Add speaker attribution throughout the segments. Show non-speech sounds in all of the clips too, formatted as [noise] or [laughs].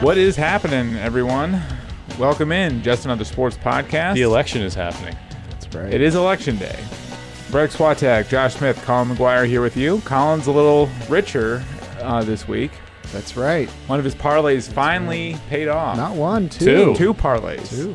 Speaker 1: What is happening, everyone? Welcome in, just another sports podcast.
Speaker 2: The election is happening.
Speaker 3: That's right.
Speaker 1: It is election day. Brett Swatek, Josh Smith, Colin McGuire here with you. Colin's a little richer uh, this week.
Speaker 3: That's right.
Speaker 1: One of his parlays finally paid off.
Speaker 3: Not one,
Speaker 2: Two.
Speaker 3: two.
Speaker 1: Two parlays.
Speaker 3: Two.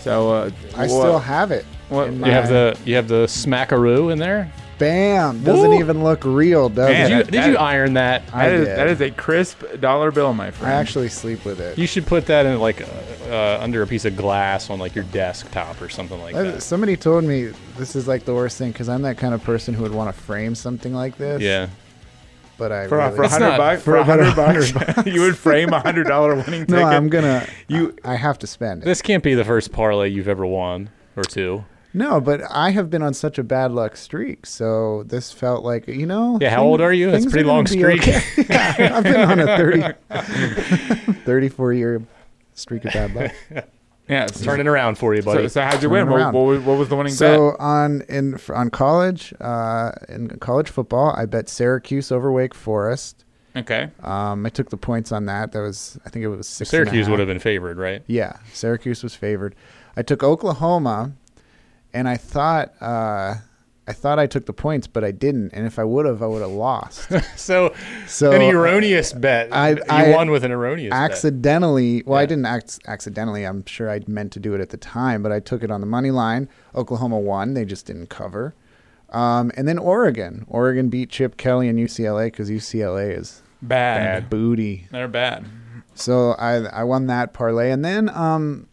Speaker 1: So uh,
Speaker 3: I
Speaker 1: wha-
Speaker 3: still have it.
Speaker 1: what-
Speaker 3: in
Speaker 1: you
Speaker 3: my-
Speaker 2: You have the you have the smackaroo in there.
Speaker 3: bam. Doesn't
Speaker 2: Woo!
Speaker 3: even look real, does
Speaker 1: Man,
Speaker 3: it?
Speaker 2: Did you,
Speaker 1: that-
Speaker 2: did you
Speaker 1: that-
Speaker 2: iron that?
Speaker 3: I
Speaker 1: that is
Speaker 3: did.
Speaker 1: that is a crisp dollar bill, my
Speaker 3: I
Speaker 1: friend.
Speaker 3: actually sleep with it.
Speaker 2: You should put that in like uh, uh, under a piece of glass on like your desktop or something like
Speaker 3: That-
Speaker 2: that.
Speaker 3: Somebody told me this is like the worst thing because I'm that kind of person who would want to frame something like this.
Speaker 2: Yeah,
Speaker 3: But I
Speaker 1: for, a-
Speaker 3: really,
Speaker 1: for a
Speaker 2: It's
Speaker 1: hundred
Speaker 2: not-
Speaker 1: bucks, for
Speaker 3: for
Speaker 1: a hundred
Speaker 3: about
Speaker 1: bucks, [laughs] you would frame a hundred dollar winning ticket.
Speaker 3: [laughs] [laughs] no, I'm gonna.
Speaker 1: You-
Speaker 3: You, I have to spend it.
Speaker 2: this can't be the first parlay you've ever won or two.
Speaker 3: no, but I have been on such a bad luck streak, so this felt like you know.
Speaker 2: Yeah, how old are you? That's
Speaker 3: things
Speaker 2: a pretty
Speaker 3: are gonna
Speaker 2: long
Speaker 3: be
Speaker 2: streak.
Speaker 3: okay. Yeah, [laughs] I've been on a 30, 34 year streak of bad luck.
Speaker 1: yeah. so-
Speaker 2: [laughs] Turning around for you, buddy.
Speaker 1: So, so how'd you
Speaker 3: Turn
Speaker 1: win?
Speaker 3: it
Speaker 1: What,
Speaker 3: around.
Speaker 1: what, was, what was the winning bet?
Speaker 3: So on in f- on college uh, in college football, I bet Syracuse over Wake Forest.
Speaker 1: Okay.
Speaker 3: Um, I took the points on that. That was I think it was six. and a
Speaker 2: Syracuse
Speaker 3: half.
Speaker 2: would have been favored, right?
Speaker 3: Yeah, Syracuse was favored. I took Oklahoma, and I thought uh, I thought I took the points, but I didn't. And if I would have, I would
Speaker 2: [laughs]
Speaker 3: have lost.
Speaker 2: [laughs] So,
Speaker 3: So,
Speaker 2: an erroneous bet.
Speaker 3: I-
Speaker 2: you
Speaker 3: I
Speaker 2: won with an erroneous bet.
Speaker 3: accidentally well i
Speaker 2: Yeah.
Speaker 3: didn't ac- accidentally i'm sure i meant to do it at the time but i took it on the money line oklahoma won they just didn't cover um, and then oregon oregon beat chip kelly and ucla because ucla is
Speaker 1: Bad.
Speaker 3: bad booty
Speaker 1: They're bad.
Speaker 3: so i i won that parlay and then um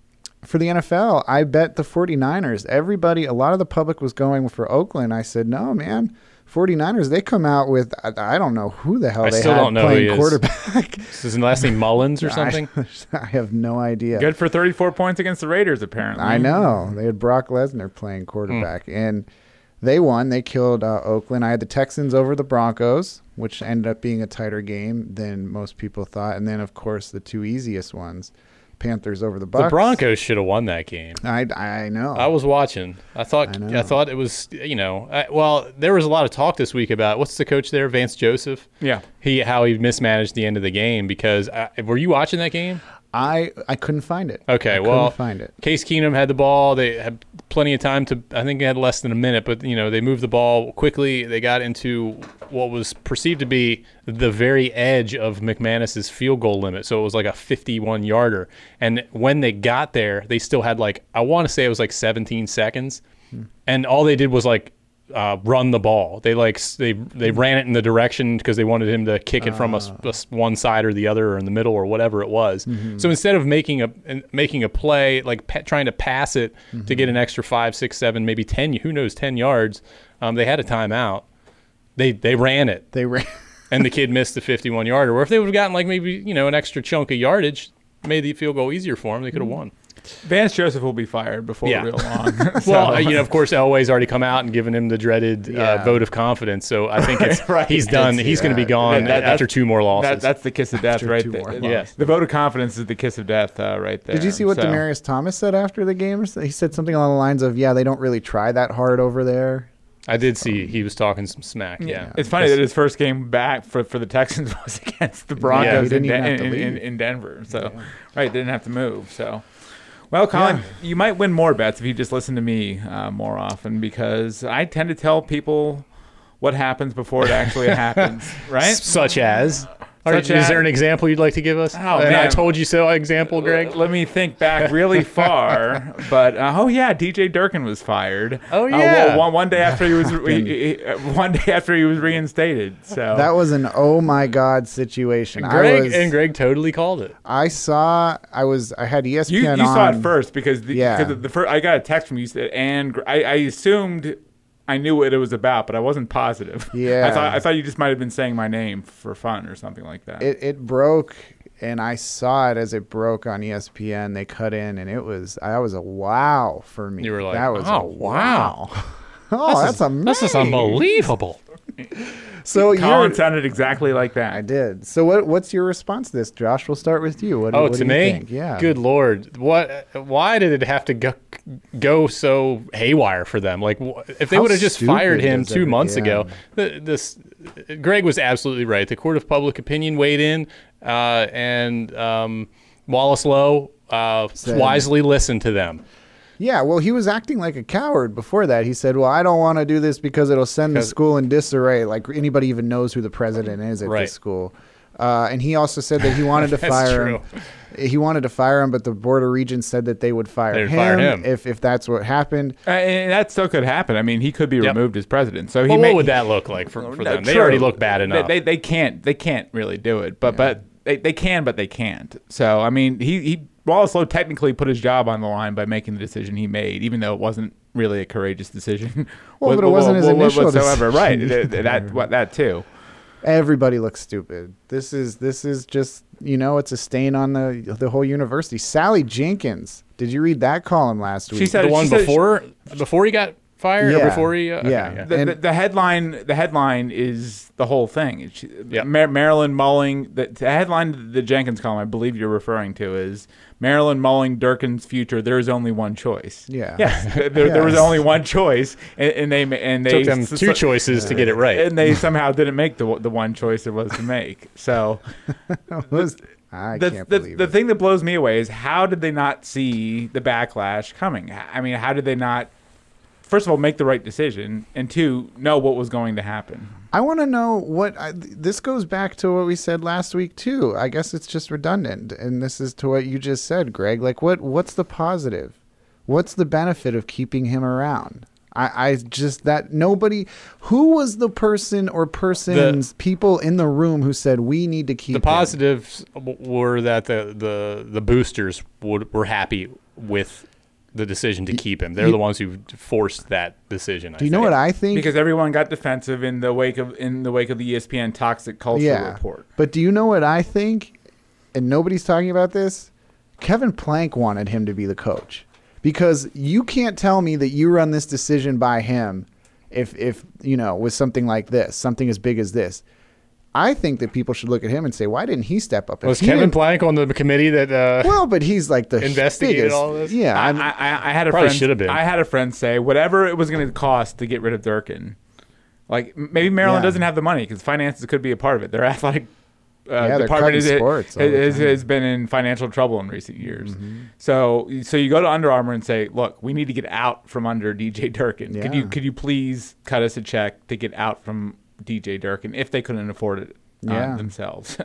Speaker 3: for the NFL, I bet the 49ers. Everybody, a lot of the public was going for Oakland. I said, no, man, 49ers, they come out with, I, I don't know who the hell
Speaker 2: I
Speaker 3: they
Speaker 2: still
Speaker 3: had
Speaker 2: don't know who
Speaker 3: playing
Speaker 2: he is.
Speaker 3: quarterback.
Speaker 2: This is the last name Mullins or something.
Speaker 3: I, [laughs] I have no idea.
Speaker 1: Good for 34 points against the Raiders, apparently.
Speaker 3: I know they had Brock Lesnar playing quarterback, and they won. They killed uh, Oakland. I had the Texans over the Broncos, which ended up being a tighter game than most people thought. And then, of course, the two easiest ones: Panthers over the Bucks.
Speaker 2: the Broncos should have won that game.
Speaker 3: I I know.
Speaker 2: I was watching. I thought I,
Speaker 3: know.
Speaker 2: thought it was you know I, well there was a lot of talk this week about what's the coach there Vance Joseph
Speaker 1: Yeah.
Speaker 2: he how he mismanaged the end of the game because I, were you watching that game
Speaker 3: I I couldn't find it.
Speaker 2: okay
Speaker 3: I couldn't
Speaker 2: well
Speaker 3: find it.
Speaker 2: Case Keenum had the ball they had plenty of time to I think they had less than a minute but you know they moved the ball quickly they got into what was perceived to be the very edge of McManus's field goal limit so it was like a 51 yarder and when they got there they still had like I want to say it was like 17 seconds
Speaker 3: Hmm.
Speaker 2: and all they did was like uh, run the ball. They like s- they they ran it in the direction because they wanted him to kick it from us one side or the other or in the middle or whatever it was. So instead of making a and making a play like pa- trying to pass it to get an extra five, six, seven, maybe ten, who knows, ten yards, um, they had a timeout. They they ran it
Speaker 3: They ran. [laughs]
Speaker 2: and the kid missed the 51 yarder. Or if they would have gotten like maybe you know an extra chunk of yardage, made the field goal easier for them, they could have won.
Speaker 1: Vance Joseph will be fired before
Speaker 2: Yeah.
Speaker 1: real long. So-
Speaker 2: Well, uh, you
Speaker 1: [laughs]
Speaker 2: know, of course, Elway's already come out and given him the dreaded uh,
Speaker 3: Yeah.
Speaker 2: vote of confidence. So I think
Speaker 1: [laughs]
Speaker 2: it's, he's
Speaker 3: I
Speaker 2: done.
Speaker 3: see
Speaker 2: He's going to be
Speaker 3: that.
Speaker 2: gone
Speaker 1: That- that-
Speaker 2: after two more losses.
Speaker 1: that, that's the kiss of death
Speaker 3: After
Speaker 1: right
Speaker 3: two
Speaker 1: there.
Speaker 3: more
Speaker 1: Yeah.
Speaker 2: losses.
Speaker 1: The vote of confidence is the kiss of death uh, right there.
Speaker 3: Did you see what
Speaker 1: So-
Speaker 3: Demarius Thomas said after the game? Or so- He said something along the lines of, "Yeah, they don't really try that hard over there."
Speaker 2: I did see he was talking some smack. Yeah.
Speaker 1: It's funny that his first game back for, for the Texans [laughs] was against the
Speaker 2: Yeah, he
Speaker 1: Broncos in,
Speaker 3: didn't
Speaker 1: Den-
Speaker 3: even have to
Speaker 1: in, in,
Speaker 3: leave.
Speaker 1: in Denver. So, right, didn't have to move. So, well, Colin, you might win more bets if you just listen to me uh, more often because I tend to tell people what happens before it actually
Speaker 3: [laughs]
Speaker 1: happens, right?
Speaker 2: Such as. Are-
Speaker 1: Such
Speaker 2: is
Speaker 1: as-
Speaker 2: there an example you'd like to give us?
Speaker 1: Oh,
Speaker 2: and I
Speaker 1: man.
Speaker 2: told you so example, Greg.
Speaker 1: L- Let me think back
Speaker 3: [laughs]
Speaker 1: really far, but uh, oh yeah, DJ Durkin was fired.
Speaker 2: Oh,
Speaker 1: Uh,
Speaker 2: yeah.
Speaker 1: well, one,
Speaker 3: [laughs]
Speaker 1: one day after he was re- he- he- uh, one day after he was reinstated. So
Speaker 3: That was an oh my god situation. I
Speaker 2: Greg
Speaker 3: was,
Speaker 2: and Greg totally called it.
Speaker 3: I saw. I was. I had E ESPN.
Speaker 1: You, you
Speaker 3: on.
Speaker 1: saw it first because the,
Speaker 3: Yeah.
Speaker 1: because the first I got a text from you said, and gr- I, I assumed I knew what it was about, but I wasn't positive. [laughs] I
Speaker 3: Yeah.
Speaker 1: thought I thought you just might have been saying my name for fun or something like that.
Speaker 3: It it broke, and I saw it as it broke on E ESPN. They cut in, and it was. That was a wow for me.
Speaker 2: You were like,
Speaker 3: that was
Speaker 2: "Oh,
Speaker 3: a wow. [laughs] oh, that's amazing.
Speaker 2: This is unbelievable.
Speaker 3: So
Speaker 1: Colin
Speaker 3: you.
Speaker 1: sounded exactly like
Speaker 3: I
Speaker 1: that.
Speaker 3: did. So what? What's your response to this, Josh? We'll start with you. What? do-
Speaker 2: Oh,
Speaker 3: what
Speaker 2: to
Speaker 3: do you
Speaker 2: me?
Speaker 3: think? Yeah.
Speaker 2: Good lord, what? Why did it have to go, go so haywire for them. Like wh- if they
Speaker 3: How
Speaker 2: would have just fired
Speaker 3: stupid
Speaker 2: him
Speaker 3: is
Speaker 2: two
Speaker 3: that?
Speaker 2: months
Speaker 3: Yeah.
Speaker 2: ago, th- this Greg was absolutely right. The court of public opinion weighed in, uh, and um, Wallace Lowe uh, wisely listened to them.
Speaker 3: Yeah, well, he was acting like a coward before that. He said, "Well, I don't want to do this because it'll send the school in disarray. Like anybody even knows who the president is at
Speaker 2: Right.
Speaker 3: this school." Uh, and he also said that he wanted to
Speaker 2: That's
Speaker 3: fire him. He wanted to fire him, but the board of regents said that they would fire,
Speaker 2: They
Speaker 3: him,
Speaker 2: would fire him.
Speaker 3: if if that's what happened.
Speaker 1: Uh, and that still could happen. I mean, he could be
Speaker 2: Yep.
Speaker 1: removed as president. So he
Speaker 2: Well,
Speaker 1: may,
Speaker 2: what would that look like for, for
Speaker 1: No,
Speaker 2: them? They
Speaker 1: true.
Speaker 2: already look bad
Speaker 1: They-
Speaker 2: enough.
Speaker 1: They, they can't they can't really do it. But but they, they can but they can't. So I mean he, he Wallace Lowe technically put his job on the line by making the decision he made, even though it wasn't really a courageous decision. [laughs]
Speaker 3: Well, but it wasn't his initial
Speaker 1: whatsoever. Right. Th-
Speaker 3: decision.
Speaker 1: th- that what, that too.
Speaker 3: Everybody looks stupid. This is this is just you know it's a stain on the the whole university. Sally Jenkins, did you read that column last week?
Speaker 1: She
Speaker 3: [laughs]
Speaker 1: said
Speaker 2: the one
Speaker 1: she said-
Speaker 2: before before he got fired
Speaker 3: Yeah.
Speaker 2: or before he uh, okay,
Speaker 3: Yeah.
Speaker 1: The,
Speaker 3: And-
Speaker 1: the, the headline the headline is the whole thing. It's-
Speaker 2: Yeah.
Speaker 1: Mar- Marilyn Mulling the, the headline of the Jenkins column I believe you're referring to is Marilyn Mulling Durkin's future. There is only one choice.
Speaker 3: Yeah.
Speaker 1: Yes. There, there was
Speaker 3: [laughs] Yes.
Speaker 1: only one choice, and, and they ma- and they
Speaker 2: took them
Speaker 1: s-
Speaker 2: two
Speaker 1: s-
Speaker 2: choices to get it right
Speaker 1: and they somehow didn't make the the one choice there was to make. So
Speaker 3: was, [laughs] I
Speaker 1: the
Speaker 3: can't
Speaker 1: the,
Speaker 3: believe
Speaker 1: the
Speaker 3: it.
Speaker 1: thing that blows me away is how did they not see the backlash coming? H- I mean, how did they not? First of all, make the right decision, and two, know what was going to happen.
Speaker 3: I want to know what I, th- this goes back to what we said last week too. I guess it's just redundant, and this is to what you just said, Greg. Like, what what's the positive? What's the benefit of keeping him around? I, I just that nobody who was the person or persons people in the room who said we need to keep
Speaker 2: the
Speaker 3: him?"
Speaker 2: positives w- were that the the the boosters would, were happy with the decision to keep him. They're the ones who forced that decision.
Speaker 3: Do you know what I think?
Speaker 1: Because everyone got defensive in the wake of in the wake of the E ESPN toxic culture report.
Speaker 3: But do you know what I think? And nobody's talking about this. Kevin Plank wanted him to be the coach because you can't tell me that you run this decision by him if if you know with something like this, something as big as this. I think that people should look at him and say, why didn't he step up? If
Speaker 2: was
Speaker 3: he
Speaker 2: Kevin
Speaker 3: didn't-
Speaker 2: Plank on the committee that? Uh,
Speaker 3: well, but he's like the
Speaker 2: investigated
Speaker 3: biggest-
Speaker 2: all this?
Speaker 3: Yeah,
Speaker 1: I,
Speaker 3: I'm-
Speaker 1: I, I- I had a
Speaker 2: Probably
Speaker 1: friend,
Speaker 2: should have been.
Speaker 1: I had a friend say whatever it was going to cost to get rid of Durkin. Like m- maybe Maryland
Speaker 3: Yeah.
Speaker 1: doesn't have the money because finances could be a part of it. Their [laughs] athletic uh,
Speaker 3: they're
Speaker 1: department
Speaker 3: cutting
Speaker 1: is,
Speaker 3: sports all the
Speaker 1: has,
Speaker 3: time. Mm-hmm.
Speaker 1: has been in financial trouble in recent years. So so you go to Under Armour and say, look, we need to get out from under DJ Durkin. Could you
Speaker 3: Yeah.
Speaker 1: could you please cut us a check to get out from DJ Durkin if they couldn't afford it uh,
Speaker 3: Yeah.
Speaker 1: themselves?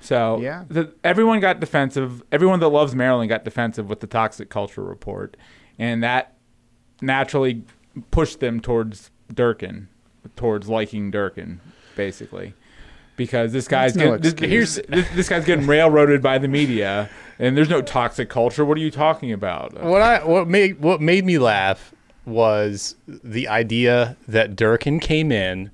Speaker 1: So
Speaker 3: Yeah.
Speaker 1: the, everyone got defensive. Everyone that loves Maryland got defensive with the toxic culture report, and that naturally pushed them towards Durkin, towards liking Durkin, basically, because this guy's
Speaker 3: That's no
Speaker 1: getting, this,
Speaker 3: excuse.
Speaker 1: here's this, this guy's getting railroaded by the media, and there's no toxic culture. What are you talking about?
Speaker 2: what I what made what made me laugh was the idea that Durkin came in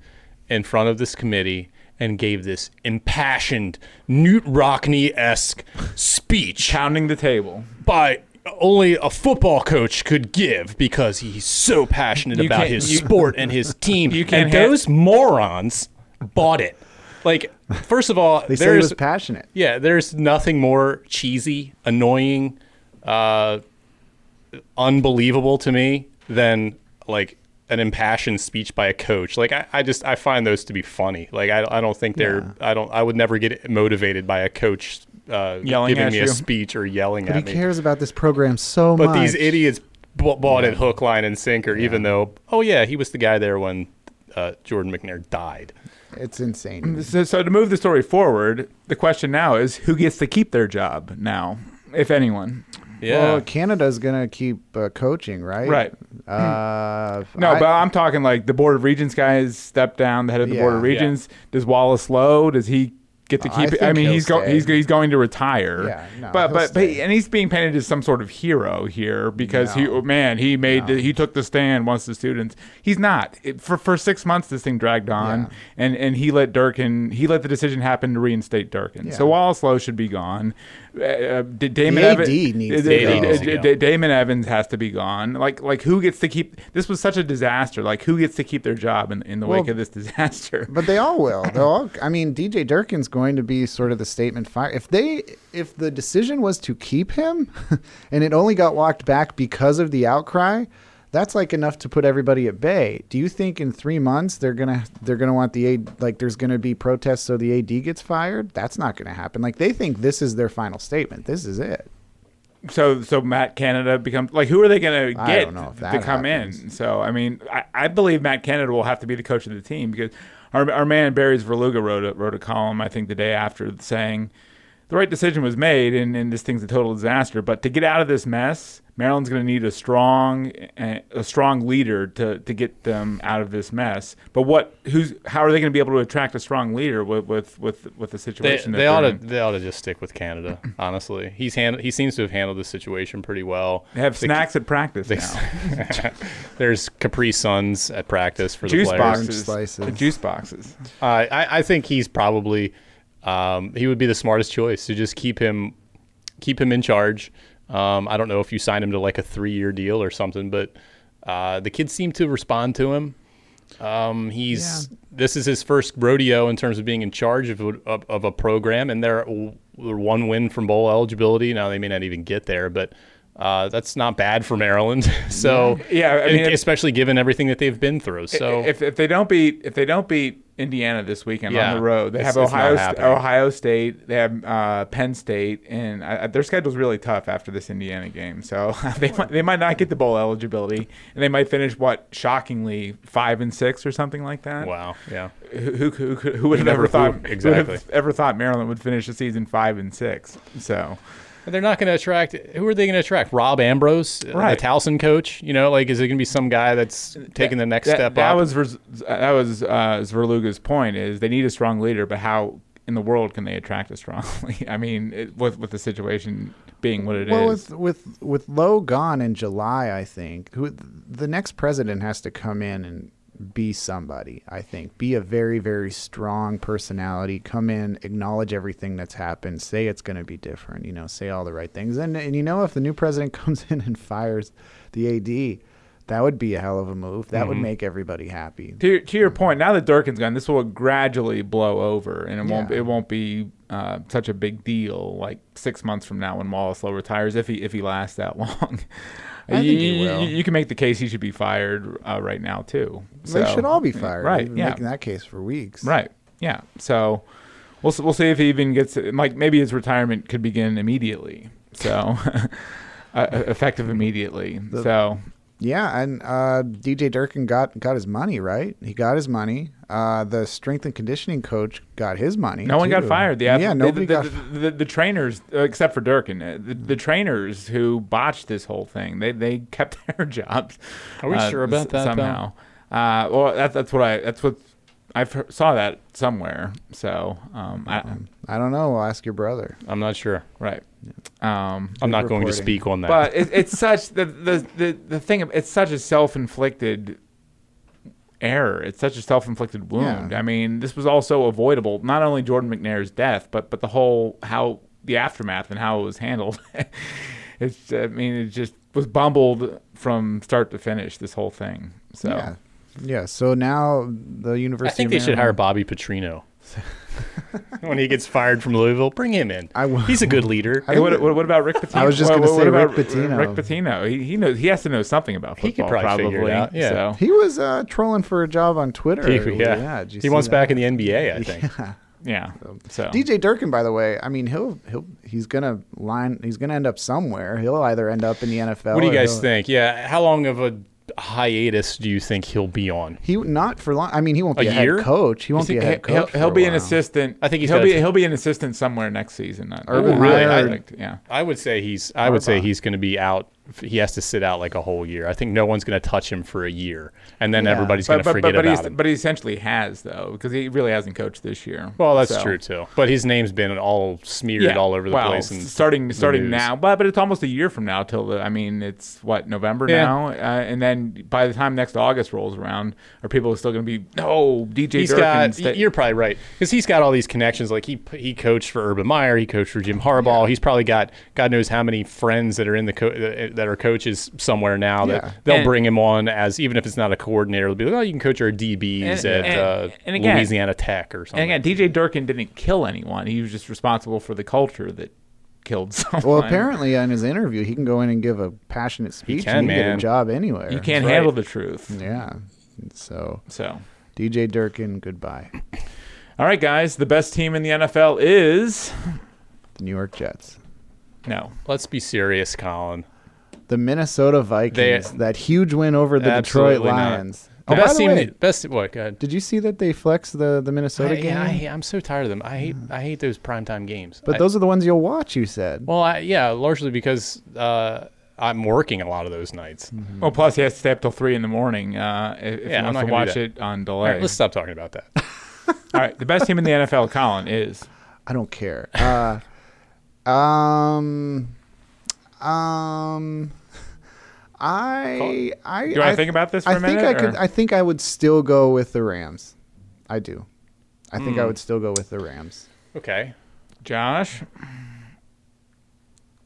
Speaker 2: in front of this committee and gave this impassioned Newt Rockney esque speech
Speaker 1: Pounding the table.
Speaker 2: by only a football coach could give because he's so passionate
Speaker 1: You
Speaker 2: about
Speaker 1: can't-
Speaker 2: his
Speaker 1: you-
Speaker 2: sport
Speaker 1: [laughs]
Speaker 2: and his team.
Speaker 1: you can't
Speaker 2: and
Speaker 1: ha-
Speaker 2: those morons bought it. Like, first of all,
Speaker 3: [laughs] they say he was
Speaker 2: there's
Speaker 3: passionate.
Speaker 2: yeah, there's nothing more cheesy, annoying, uh, unbelievable to me than like an impassioned speech by a coach. Like I, I just I find those to be funny. Like I, I don't think they're I don't I would never get motivated by a coach uh,
Speaker 1: Yelling
Speaker 2: giving
Speaker 1: at
Speaker 2: me
Speaker 1: you.
Speaker 2: a speech or yelling at
Speaker 3: But he
Speaker 2: me.
Speaker 3: cares about this program so
Speaker 2: But
Speaker 3: much.
Speaker 2: these idiots b- bought it hook, line, and sinker. Even though oh yeah, he was the guy there when uh, Jordan McNair died.
Speaker 3: it's insane.
Speaker 1: So, so to move the story forward, the question now is who gets to keep their job now, if anyone.
Speaker 2: Yeah.
Speaker 3: Well, Canada's gonna keep uh, coaching, right?
Speaker 1: Right.
Speaker 3: Uh,
Speaker 1: [clears throat] No,
Speaker 3: I-
Speaker 1: but I'm talking like the Board of Regents guys stepped down, the head of the Board of
Speaker 3: Yeah.
Speaker 2: Yeah.
Speaker 1: Regents. Does Wallace Lowe? Does he get to
Speaker 3: I
Speaker 1: keep? it? I,
Speaker 3: think
Speaker 1: mean,
Speaker 3: he'll
Speaker 1: he's going.
Speaker 3: stay.
Speaker 1: He's, he's going to retire.
Speaker 3: Yeah, no,
Speaker 1: but
Speaker 3: he'll
Speaker 1: but, but
Speaker 3: stay.
Speaker 1: and he's being painted as some sort of hero here because he
Speaker 3: No.
Speaker 1: oh, man he made the, he took the stand once the students. He's not It- for for six months. This thing dragged on,
Speaker 3: Yeah.
Speaker 1: and and he let Durkin he let the decision happen to reinstate Durkin. So
Speaker 3: Yeah.
Speaker 1: Wallace Lowe should be gone. uh, uh, D- Damon
Speaker 3: The AD
Speaker 1: Evans
Speaker 3: needs to
Speaker 2: go. needs to go.
Speaker 1: Damon Evans has to be gone. Like like who gets to keep this was such a disaster. Like who gets to keep their job in, in the wake
Speaker 3: Well,
Speaker 1: of this [laughs] disaster?
Speaker 3: But they all will. They'll all. I mean, DJ Durkin's going to be sort of the statement fire. If they, if the decision was to keep him, [laughs] and it only got walked back because of the outcry, that's like enough to put everybody at bay. Do you think in three months they're gonna they're gonna want the AD like there's gonna be protests so the AD gets fired? That's not gonna happen. Like they think this is their final statement. This is it.
Speaker 1: so so Matt Canada becomes like who are they going to
Speaker 3: I
Speaker 1: get
Speaker 3: don't know if
Speaker 1: to
Speaker 3: that
Speaker 1: come in?
Speaker 3: happens.
Speaker 1: So I mean, I, I believe Matt Canada will have to be the coach of the team because our our man Barry's Verluga wrote a, wrote a column I think the day after saying the right decision was made and, and this thing's a total disaster. But to get out of this mess, Maryland's going to need a strong a a strong leader to to get them out of this mess. But what who's how are they going to be able to attract a strong leader with with with, with the
Speaker 2: They,
Speaker 1: situation? that
Speaker 2: they ought
Speaker 1: they're
Speaker 2: to
Speaker 1: in?
Speaker 2: they ought to just stick with Canada. Honestly, he's hand, he seems to have handled this situation pretty well.
Speaker 1: They have
Speaker 2: The-
Speaker 1: snacks at practice
Speaker 2: they- [laughs]
Speaker 1: now.
Speaker 2: there's Capri Suns at practice for
Speaker 1: juice
Speaker 2: the players.
Speaker 1: boxes.
Speaker 3: slices.
Speaker 1: Juice boxes.
Speaker 2: Uh, I, I think he's probably um, he would be the smartest choice to just keep him keep him in charge. Um, I don't know if you sign him to like a three year deal or something, but uh, the kids seem to respond to him. Um, he's this is his first rodeo in terms of being in charge of a, of, of a program, and they're, they're one win from bowl eligibility. Now they may not even get there, but. Uh, that's not bad for Maryland. [laughs] so e,
Speaker 1: Yeah, I mean, if-
Speaker 2: especially given everything that they've been through. So
Speaker 1: if, if they don't beat if they don't beat Indiana this weekend
Speaker 2: Yeah.
Speaker 1: on the road, they
Speaker 2: It's-
Speaker 1: have
Speaker 2: it's not
Speaker 1: Ohio St-
Speaker 2: happening.
Speaker 1: Ohio State, they have uh, Penn State, and uh, their schedule's really tough after this Indiana game. So [laughs] they might, they might not get the bowl eligibility, and they might finish what shockingly five and six or something like that.
Speaker 2: wow, yeah.
Speaker 1: Who, who, who, who would have
Speaker 2: Never-
Speaker 1: ever thought
Speaker 2: who-
Speaker 1: who would
Speaker 2: exactly.
Speaker 1: have ever thought Maryland would finish the season five and six? So
Speaker 2: But They're not going to attract. Who are they going to attract? Rob Ambrose, uh,
Speaker 1: Right.
Speaker 2: the Towson coach. You know, like is it going to be some guy that's taking the next
Speaker 1: that,
Speaker 2: step
Speaker 1: that
Speaker 2: up?
Speaker 1: was Vers- that was uh, Zverluga's point is they need a strong leader, but how in the world can they attract a strong? [laughs] leader? I mean, it, with with the situation being what it is,
Speaker 3: well, with with with Lowe gone in July, I think who the next president has to come in and be somebody. I think be a very very strong personality. Come in, acknowledge everything that's happened. Say it's going to be different. You know, say all the right things. And and you know, if the new president [laughs] comes in and fires the AD, that would be a hell of a move. That
Speaker 1: Mm-hmm.
Speaker 3: would make everybody happy.
Speaker 1: to your, to your point, now that Durkin's gone, this will gradually blow over, and it won't
Speaker 3: Yeah.
Speaker 1: it won't be uh, such a big deal like six months from now when Wallace Lowe retires, if he if he lasts that [laughs] long.
Speaker 3: I think
Speaker 1: you,
Speaker 3: he
Speaker 1: you-
Speaker 3: will.
Speaker 1: you, can make the case he should be fired uh, right now too.
Speaker 3: they
Speaker 1: So-
Speaker 3: should all be fired.
Speaker 1: Right,
Speaker 3: We've been
Speaker 1: yeah.
Speaker 3: making that case for weeks.
Speaker 1: Right. Yeah. So we'll s- we'll see if he even gets like maybe his retirement could begin immediately. So [laughs] uh, effective immediately. so
Speaker 3: Yeah, and uh, DJ Durkin got got his money right. He got his money. Uh, the strength and conditioning coach got his money.
Speaker 1: no one got
Speaker 3: too.
Speaker 1: fired. The ath-
Speaker 3: yeah,
Speaker 1: the-
Speaker 3: nobody
Speaker 1: the,
Speaker 3: got.
Speaker 1: the, the, the, trainers uh, except for Durkin, uh, the, the trainers who botched this whole thing, they they kept [laughs] their jobs. uh,
Speaker 2: Are we sure about that, though?
Speaker 1: somehow? Uh, well, that, that's what I that's what I saw that somewhere. So um, I,
Speaker 3: I don't know. I'll ask your brother.
Speaker 2: I'm not sure.
Speaker 1: right. Um,
Speaker 2: I'm not going to
Speaker 3: reporting.
Speaker 2: speak on that.
Speaker 1: But it, it's such the, the the the thing. It's such a self-inflicted error. It's such a self-inflicted wound.
Speaker 3: Yeah.
Speaker 1: I mean, this was also avoidable. Not only Jordan McNair's death, but but the whole how the aftermath and how it was handled. [laughs] it's I mean, it just was bumbled from start to finish. This whole thing. So
Speaker 3: Yeah, yeah. So now the
Speaker 2: I
Speaker 3: University.
Speaker 2: think
Speaker 3: of
Speaker 2: they should hire
Speaker 3: Maryland-
Speaker 2: Bobby
Speaker 3: [laughs]
Speaker 2: Petrino when he gets fired from Louisville. Bring him in.
Speaker 3: I will-
Speaker 2: He's a good
Speaker 3: [laughs]
Speaker 2: leader.
Speaker 1: Hey, what, what, what about Rick Pitino?
Speaker 3: I was just
Speaker 1: What-
Speaker 3: gonna
Speaker 1: what- what
Speaker 3: say
Speaker 1: about
Speaker 3: Rick Pitino.
Speaker 1: Rick Pitino. He, he knows. He has to know something about football.
Speaker 2: He could probably figure it out, yeah.
Speaker 1: So.
Speaker 3: He was uh, trolling for a job
Speaker 2: [laughs]
Speaker 3: on Twitter.
Speaker 2: He-
Speaker 3: yeah did you
Speaker 2: he
Speaker 3: see
Speaker 2: wants
Speaker 3: that?
Speaker 2: back in the
Speaker 3: [laughs]
Speaker 2: NBA. I think.
Speaker 1: Yeah. So
Speaker 3: DJ Durkin, by the way, I mean he'll he'll he's gonna line he's gonna end up somewhere. He'll either end up in the NFL.
Speaker 2: What do you
Speaker 3: or
Speaker 2: guys
Speaker 3: he'll-
Speaker 2: think? Yeah, how long of a hiatus do you think he'll be on?
Speaker 3: He not for long. I mean, he won't be
Speaker 2: A
Speaker 3: a, head
Speaker 2: year?
Speaker 3: coach. He won't be a head coach.
Speaker 1: He'll,
Speaker 3: for
Speaker 1: he'll
Speaker 3: a
Speaker 1: be an
Speaker 3: while.
Speaker 1: assistant.
Speaker 2: I think he's
Speaker 1: he'll
Speaker 2: got
Speaker 1: be
Speaker 2: a-
Speaker 1: he'll be an assistant somewhere next season. Not,
Speaker 3: Urban
Speaker 1: not-
Speaker 2: Meyer.
Speaker 1: not- yeah.
Speaker 2: I would say he's. I would say
Speaker 3: Harbaugh.
Speaker 2: he's going to be out he has to sit out like a whole year. I think no one's going to touch him for a year, and then
Speaker 3: Yeah.
Speaker 2: everybody's going
Speaker 1: But,
Speaker 2: to
Speaker 1: but,
Speaker 2: forget
Speaker 1: but, but,
Speaker 2: about
Speaker 1: he's,
Speaker 2: him.
Speaker 1: but he essentially has, though, because he really hasn't coached this year.
Speaker 2: well, that's
Speaker 1: So-
Speaker 2: true too. But his name's been all smeared all over the
Speaker 1: wow.
Speaker 2: place. And
Speaker 1: starting starting
Speaker 2: news.
Speaker 1: now, but but it's almost a year from now till the. I mean, it's what November
Speaker 2: Yeah.
Speaker 1: now, uh, and then by the time next August rolls around, are people still going to be no DJ
Speaker 2: he's
Speaker 1: Durkin?
Speaker 2: got.
Speaker 1: sta-
Speaker 2: You're probably right because he's got all these connections. Like he he coached for Urban Meyer, he coached for Jim Harbaugh. He's probably got God knows how many friends that are in the co- that are coaches somewhere now that
Speaker 3: Yeah.
Speaker 2: they'll
Speaker 1: And-
Speaker 2: bring him on as even if it's not a coordinator, they'll be like, oh, you can coach our DBs
Speaker 1: And-
Speaker 2: at
Speaker 1: and-
Speaker 2: uh,
Speaker 1: and again-
Speaker 2: Louisiana Tech or something.
Speaker 1: and again, DJ Durkin didn't kill anyone. He was just responsible for the culture that killed [laughs] someone.
Speaker 3: Well, apparently on his interview, he can go in and give a passionate speech
Speaker 2: can,
Speaker 3: and he can get
Speaker 2: man.
Speaker 3: a job anywhere.
Speaker 1: you can't
Speaker 2: That's right.
Speaker 1: handle the truth.
Speaker 3: Yeah. And So
Speaker 1: So,
Speaker 3: DJ Durkin, goodbye.
Speaker 1: all right, guys, the best team in the NFL is
Speaker 3: The New York Jets.
Speaker 1: no.
Speaker 2: Let's be serious, Colin.
Speaker 3: The Minnesota Vikings.
Speaker 2: They-
Speaker 3: that huge win over the Detroit
Speaker 2: Absolutely not.
Speaker 3: Lions.
Speaker 2: The
Speaker 3: oh, by
Speaker 2: best
Speaker 3: the
Speaker 2: team.
Speaker 3: way,
Speaker 2: Best. What? Go ahead.
Speaker 3: did you see that they flexed the, the Minnesota
Speaker 2: I,
Speaker 3: game?
Speaker 2: yeah, I, hate- I'm so tired of them. I hate I hate those primetime games.
Speaker 3: Hmm. but
Speaker 2: I-
Speaker 3: those are the ones you'll watch, you said.
Speaker 2: well, I, yeah, largely because uh, I'm working a lot of those nights.
Speaker 3: Hmm.
Speaker 1: Well, plus he has to stay up till three in the morning uh, if if
Speaker 2: Yeah,
Speaker 1: he
Speaker 2: I'm
Speaker 1: wants
Speaker 2: not
Speaker 1: to
Speaker 2: gonna do
Speaker 1: watch
Speaker 2: that.
Speaker 1: it on
Speaker 2: All
Speaker 1: delay.
Speaker 2: right, let's stop talking about that.
Speaker 1: all right, the best team in the NFL, Colin, is.
Speaker 3: I don't
Speaker 2: [laughs]
Speaker 3: care. Uh, um, um, I, I,
Speaker 1: you wanna think about this for
Speaker 3: I
Speaker 1: a
Speaker 3: think I
Speaker 1: minute,
Speaker 3: could.
Speaker 1: or-
Speaker 3: I think I would still go with the Rams. I do. I think
Speaker 1: Hmm.
Speaker 3: I would still go with the Rams. [laughs]
Speaker 2: Okay.
Speaker 1: Josh,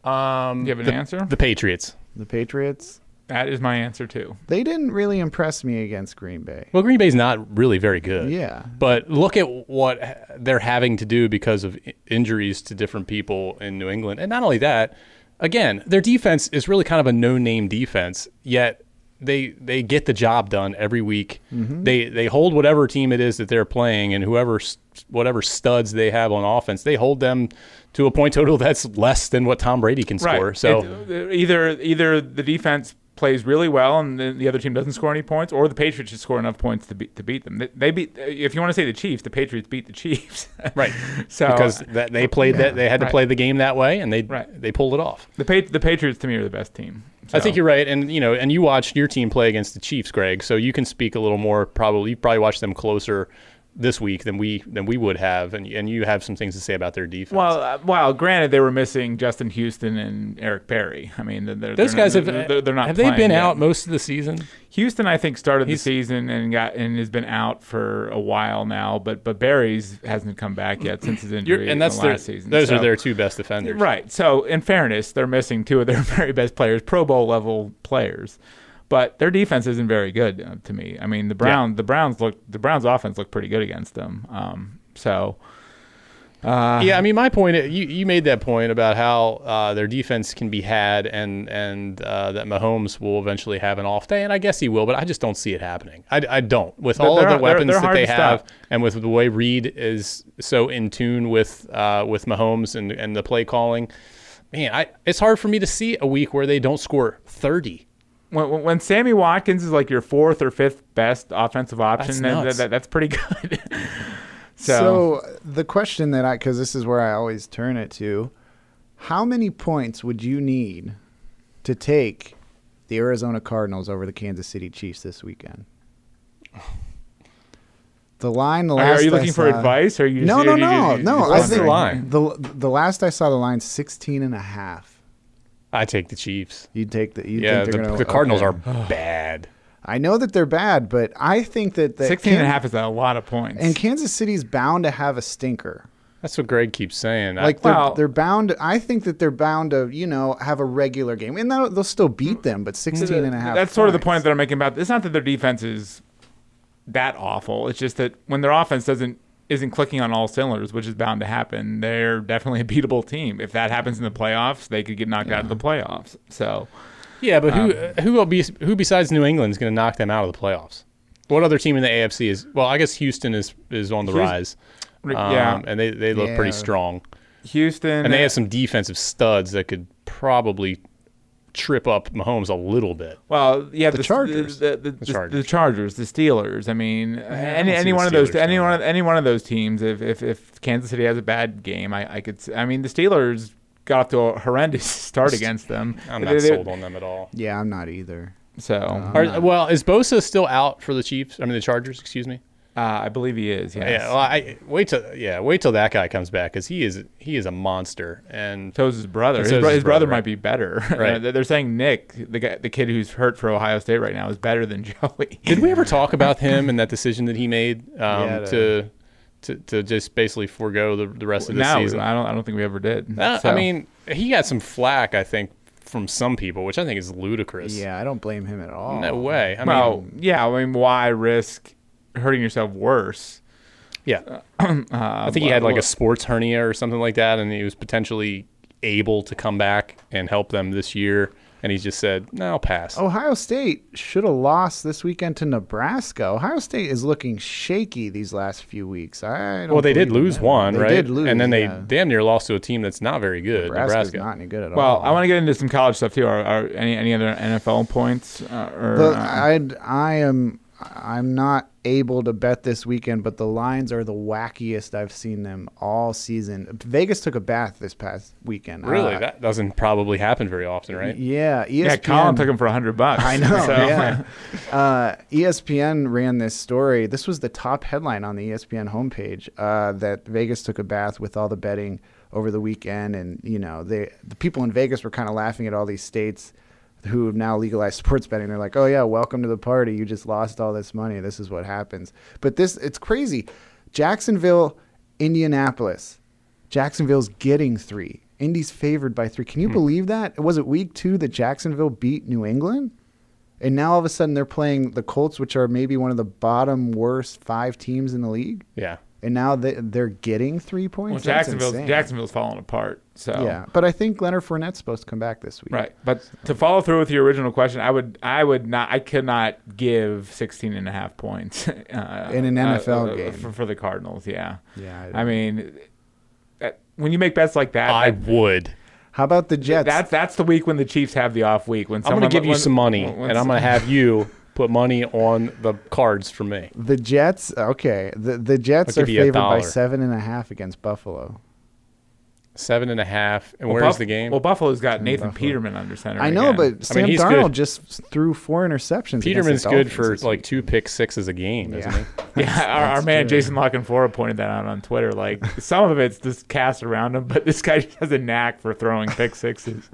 Speaker 2: Um,
Speaker 1: do you have an
Speaker 2: the,
Speaker 1: answer?
Speaker 2: The Patriots.
Speaker 3: The Patriots.
Speaker 1: That is my answer too.
Speaker 3: They didn't really impress me against Green Bay.
Speaker 2: Well, Green Bay's not really very good.
Speaker 3: Yeah.
Speaker 2: But look at what h- they're having to do because of i- injuries to different people in New England. And not only that, again, their defense is really kind of a no-name defense, yet they they get the job done every week. They they hold whatever team it is that they're playing and whoever s- whatever studs they have on offense, they hold them to a point total that's less than what Tom Brady can score. So
Speaker 1: It- uh, either either the defense plays really well and the, the other team doesn't score any points, or the Patriots just score enough points to beat to beat them. They, they beat if you want to say the Chiefs, the Patriots beat the Chiefs.
Speaker 2: right.
Speaker 1: [laughs] so
Speaker 2: because that they played that they had to
Speaker 1: Right.
Speaker 2: play the game that way and they
Speaker 1: Right.
Speaker 2: they pulled it off.
Speaker 1: the pa- the Patriots to me are the best team.
Speaker 2: I think you're right, and you know, and you watched your team play against the Chiefs, Greg. So you can speak a little more. Probably you probably watched them closer this week than we than we would have, and and you have some things to say about their defense.
Speaker 1: Well, uh, well, granted they were missing Justin Houston and Eric Perry. I mean, they're, they're
Speaker 2: those
Speaker 1: not-
Speaker 2: guys have
Speaker 1: they're, they're- they're not
Speaker 2: have they
Speaker 1: playing
Speaker 2: been
Speaker 1: yet.
Speaker 2: out most of the season?
Speaker 1: Houston, I think, started the
Speaker 2: He's-
Speaker 1: season and got and has been out for a while now, but but Barry's hasn't come back yet since his
Speaker 2: You're,
Speaker 1: injury.
Speaker 2: and that's
Speaker 1: in the
Speaker 2: their
Speaker 1: last season.
Speaker 2: those are
Speaker 1: So-
Speaker 2: their two best defenders.
Speaker 1: right. So in fairness, they're missing two of their [laughs] very best players, Pro Bowl level players, but their defense isn't very good uh, to me. I mean, the Brown the Browns look the Browns offense looked pretty good against them. Um, so Uh-huh.
Speaker 2: yeah, I mean, my point. You you made that point about how uh, their defense can be had, and and uh, that Mahomes will eventually have an off day, and I guess he will, but I just don't see it happening. I, I don't with all
Speaker 1: they're-
Speaker 2: of the
Speaker 1: they're-
Speaker 2: weapons
Speaker 1: they're
Speaker 2: that
Speaker 1: hard
Speaker 2: they
Speaker 1: to
Speaker 2: have,
Speaker 1: stop.
Speaker 2: and with the way Reed is so in tune with uh, with Mahomes and and the play calling. Man, I, it's hard for me to see a week where they don't score thirty.
Speaker 1: when, when- when Sammy Watkins is like your fourth or fifth best offensive option,
Speaker 2: That's
Speaker 1: then
Speaker 2: nuts.
Speaker 1: that, that, that's pretty [laughs] good.
Speaker 3: So, the question that I, because this is where I always turn it to, how many points would you need to take the Arizona Cardinals over the Kansas City Chiefs this weekend? The line, the
Speaker 1: Are-
Speaker 3: last
Speaker 1: Are you
Speaker 3: I
Speaker 1: looking for
Speaker 3: saw-
Speaker 1: advice? Or are you just,
Speaker 3: No, no,
Speaker 1: you just-
Speaker 3: no,
Speaker 1: you
Speaker 3: no.
Speaker 1: just
Speaker 3: I
Speaker 2: What's the
Speaker 3: think
Speaker 1: wondering?
Speaker 2: line?
Speaker 3: The, the last I saw, the line 16 and a half.
Speaker 2: I take the Chiefs.
Speaker 3: You take the. You
Speaker 2: yeah,
Speaker 3: think
Speaker 2: the,
Speaker 3: they're gonna,
Speaker 2: the Cardinals
Speaker 3: okay.
Speaker 2: are bad.
Speaker 3: I know that they're bad, but I think that that
Speaker 1: 16 and a
Speaker 3: Kan-
Speaker 1: half is a lot of points.
Speaker 3: And Kansas City's bound to have a stinker.
Speaker 2: That's what Greg keeps saying. I-
Speaker 3: Like they're,
Speaker 1: Well-
Speaker 3: they're bound. I think that they're bound to you know have a regular game, and they'll, they'll still beat them. But 16 and a half.
Speaker 1: That's sort of the
Speaker 3: points.
Speaker 1: point that I'm making about. It's not that their defense is that awful. It's just that when their offense doesn't isn't clicking on all cylinders, which is bound to happen, they're definitely a beatable team. If that happens in the playoffs, they could get knocked out of the playoffs. So
Speaker 2: Yeah, but who
Speaker 1: Um,
Speaker 2: uh, who will be who besides New England is going to knock them out of the playoffs? What other team in the AFC is? Well, I guess Houston is is on the
Speaker 1: Houston-
Speaker 2: rise.
Speaker 1: re-
Speaker 2: Um,
Speaker 1: yeah,
Speaker 2: and they they look
Speaker 3: Yeah.
Speaker 2: pretty strong,
Speaker 1: Houston
Speaker 2: and they have some defensive studs that could probably trip up Mahomes a little bit.
Speaker 1: Well, yeah, the,
Speaker 3: Chargers.
Speaker 1: the, the, the, the
Speaker 2: Chargers.
Speaker 1: Chargers, the Steelers. I mean, any,
Speaker 2: don't see
Speaker 1: any
Speaker 2: the
Speaker 1: one of those,
Speaker 2: Steelers
Speaker 1: any
Speaker 2: doing
Speaker 1: one, of, any one of those teams. If, if if Kansas City has a bad game, I, I could. s- I mean, the Steelers got off to a horrendous [laughs] start against them.
Speaker 2: I'm
Speaker 1: They-
Speaker 2: not
Speaker 1: they-
Speaker 2: sold on them at all.
Speaker 3: Yeah, I'm not either.
Speaker 1: So
Speaker 2: Are, well, is Bosa still out for the Chiefs? I mean, the Chargers. Excuse me.
Speaker 1: uh, I believe he is. Yes.
Speaker 2: Yeah. Well, I wait till yeah wait till that guy comes back because he is he is a monster and
Speaker 1: So is his brother.
Speaker 2: And
Speaker 1: His,
Speaker 2: so is
Speaker 1: bro-
Speaker 2: his
Speaker 1: his brother
Speaker 2: brother,
Speaker 1: might
Speaker 2: right.
Speaker 1: be better. [laughs]
Speaker 2: Right.
Speaker 1: They're- They're saying Nick, the guy, the kid who's hurt for Ohio State right now, is better than [laughs] Joey.
Speaker 2: Did we ever talk about him and that decision that he made [laughs] um,
Speaker 3: Yeah, the-
Speaker 2: to, to to just basically forego the, the rest of the
Speaker 1: no,
Speaker 2: season?
Speaker 1: I don't. I don't think we ever did.
Speaker 2: Uh,
Speaker 1: So-
Speaker 2: I mean, he got some flack, I think, from some people, which I think is ludicrous.
Speaker 3: Yeah, I don't blame him at all.
Speaker 2: No way. I
Speaker 1: well,
Speaker 2: mean,
Speaker 1: yeah. I mean, why risk hurting yourself worse?
Speaker 2: yeah. I think he had like a sports hernia or something like that, and he was potentially able to come back and help them this year. And he just said, "No, I'll pass."
Speaker 3: Ohio State should have lost this weekend to Nebraska. Ohio State is looking shaky these last few weeks. I don't
Speaker 2: well, they did
Speaker 3: believe in
Speaker 2: lose
Speaker 3: them.
Speaker 2: one,
Speaker 3: They
Speaker 2: right?
Speaker 3: did lose,
Speaker 2: and then they
Speaker 3: yeah.
Speaker 2: damn near lost to a team that's not very good,
Speaker 3: Nebraska's
Speaker 2: Nebraska.
Speaker 3: not any good at all.
Speaker 1: Well, I want to get into some college stuff too. Are, are any any other NFL points? Uh, or,
Speaker 3: But
Speaker 1: uh,
Speaker 3: I I am I'm not able to bet this weekend, but the lines are the wackiest I've seen them all season. Vegas took a bath this past weekend.
Speaker 2: Really,
Speaker 3: Uh,
Speaker 2: that doesn't probably happen very often, right?
Speaker 3: Yeah, E ESPN.
Speaker 1: yeah, Colin took him for hundred bucks.
Speaker 3: I know.
Speaker 1: So,
Speaker 3: yeah. Uh, ESPN ran this story. This was the top headline on the E ESPN homepage uh, that Vegas took a bath with all the betting over the weekend, and you know they the people in Vegas were kind of laughing at all these states who have now legalized [laughs] sports betting. They're like, "Oh yeah, welcome to the party. You just lost all this money. This is what happens." But this it's crazy. Jacksonville, Indianapolis. Jacksonville's getting three. Indy's favored by three. Can you believe that? Was it week two that Jacksonville beat New England? And now all of a sudden they're playing the Colts, which are maybe one of the bottom worst five teams in the league.
Speaker 2: Yeah.
Speaker 3: And now they, they're getting three points.
Speaker 1: Well,
Speaker 3: That's
Speaker 1: Jacksonville's
Speaker 3: insane.
Speaker 1: Jacksonville's falling apart. So
Speaker 3: Yeah, but I think Leonard Fournette's supposed to come back this week.
Speaker 1: Right. But to follow through with your original question, I would I would not I could not give 16 and a half points [laughs] uh,
Speaker 3: In an NFL game.
Speaker 1: for, for the Cardinals, yeah.
Speaker 3: Yeah, I-
Speaker 1: I, mean that, when you make bets like that,
Speaker 2: I
Speaker 1: that-
Speaker 2: would.
Speaker 3: How about the Jets?
Speaker 1: that's that's the week when the Chiefs have the off week when
Speaker 2: I'm
Speaker 1: someone
Speaker 2: going to give you
Speaker 1: when-
Speaker 2: some money,
Speaker 1: when-
Speaker 2: and I'm going to have you put money on the cards for me.
Speaker 3: the Jets. Okay, the the Jets
Speaker 2: I'll
Speaker 3: are
Speaker 2: give you a
Speaker 3: favored by
Speaker 2: dollar.
Speaker 3: seven and a half against Buffalo.
Speaker 2: Seven and a half. And
Speaker 1: Well,
Speaker 2: where's
Speaker 1: Buff-
Speaker 2: the game?
Speaker 1: Well, Buffalo's got Nathan
Speaker 3: Buffalo.
Speaker 1: Peterman under center.
Speaker 3: I know,
Speaker 1: again.
Speaker 3: but Sam
Speaker 2: he's
Speaker 3: Darnold
Speaker 2: good.
Speaker 3: just threw four interceptions. against
Speaker 2: Peterman's
Speaker 3: the
Speaker 2: good
Speaker 3: Dolphins
Speaker 2: for
Speaker 3: this
Speaker 2: like
Speaker 3: week.
Speaker 2: two pick sixes a game, isn't
Speaker 3: Yeah.
Speaker 1: [laughs]
Speaker 2: he?
Speaker 1: yeah, our, our man Jason Lockenfora pointed that out on Twitter. Like
Speaker 2: [laughs]
Speaker 1: some of it's just cast around him, but this guy [laughs] just has a knack for throwing pick
Speaker 2: [laughs]
Speaker 1: sixes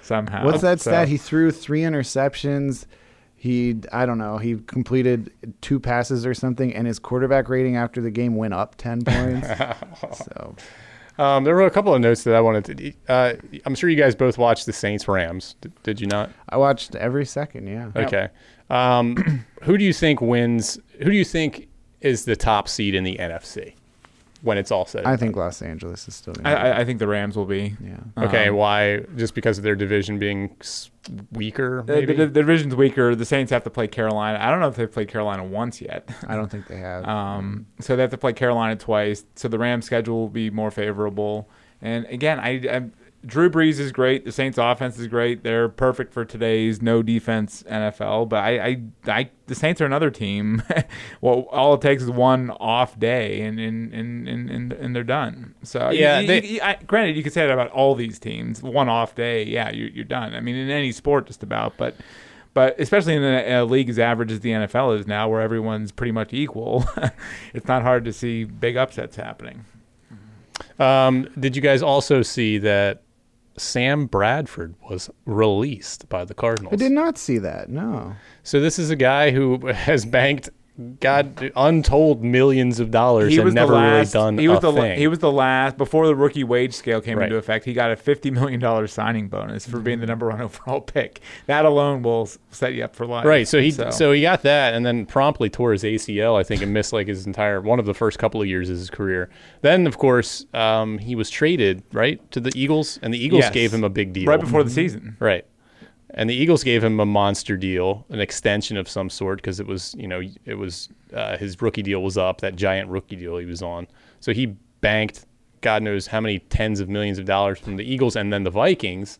Speaker 1: somehow.
Speaker 3: What's that
Speaker 1: So-
Speaker 3: stat? He threw three interceptions. He, I don't know, he completed two passes or something, and his quarterback rating after the game went up 10
Speaker 2: [laughs]
Speaker 3: points. so,
Speaker 2: Um, there were a couple of notes that I wanted to. Uh, I'm sure you guys both watched the Saints Rams. D- did you not?
Speaker 3: I watched every second, yeah.
Speaker 2: Okay. Um, [clears throat] who do you think wins? Who do you think is the top seed in the NFC when it's all said? and
Speaker 3: I
Speaker 2: done?
Speaker 3: think Los Angeles is still going
Speaker 1: I,
Speaker 3: to
Speaker 1: I- I think the Rams will be.
Speaker 3: Yeah.
Speaker 2: Okay,
Speaker 1: Um,
Speaker 2: why? Just because of their division being s- weaker?
Speaker 1: the,
Speaker 2: Maybe?
Speaker 1: the, the division's weaker. The Saints have to play Carolina. I don't know if they've played Carolina once yet.
Speaker 3: I don't think they have.
Speaker 1: Um, so they have to play Carolina twice. So the Rams' schedule will be more favorable. And again, I, I Drew Brees is great. The Saints' offense is great. They're perfect for today's no defense NFL. But I, I, I the Saints are another team. [laughs] well, all it takes is one off day, and and and and, and, and they're done. So you-
Speaker 2: Yeah,
Speaker 1: you-
Speaker 2: they-
Speaker 1: you- I, granted, you could say that about all these teams. One off day, yeah, you're, you're done. I mean, in any sport, just about. But but especially in a, a league as average as the NFL is now, where everyone's pretty much equal, [laughs] it's not hard to see big upsets happening.
Speaker 2: Um, did you guys also see that Sam Bradford was released by the Cardinals?
Speaker 3: I did not see that, no.
Speaker 2: So this is a guy who has banked God untold millions of dollars and never really done
Speaker 1: he was
Speaker 2: a
Speaker 1: the la-
Speaker 2: thing.
Speaker 1: he was the last before the rookie wage scale came
Speaker 2: Right.
Speaker 1: into effect. He got a fifty million dollar signing bonus for being the number one overall [laughs] pick. That alone will s- set you up for life.
Speaker 2: right. So he so. he got that and then promptly tore his ACL, I think, and missed like his entire one of the first couple of years of his career. Then of course um, he was traded right to the Eagles, and the Eagles
Speaker 1: Yes.
Speaker 2: gave him a big deal
Speaker 1: right before the season.
Speaker 2: Right. And the Eagles gave him a monster deal, an extension of some sort, because it was, you know, it was uh, his rookie deal was up, that giant rookie deal he was on. So he banked God knows how many tens of millions of dollars from the Eagles and then the Vikings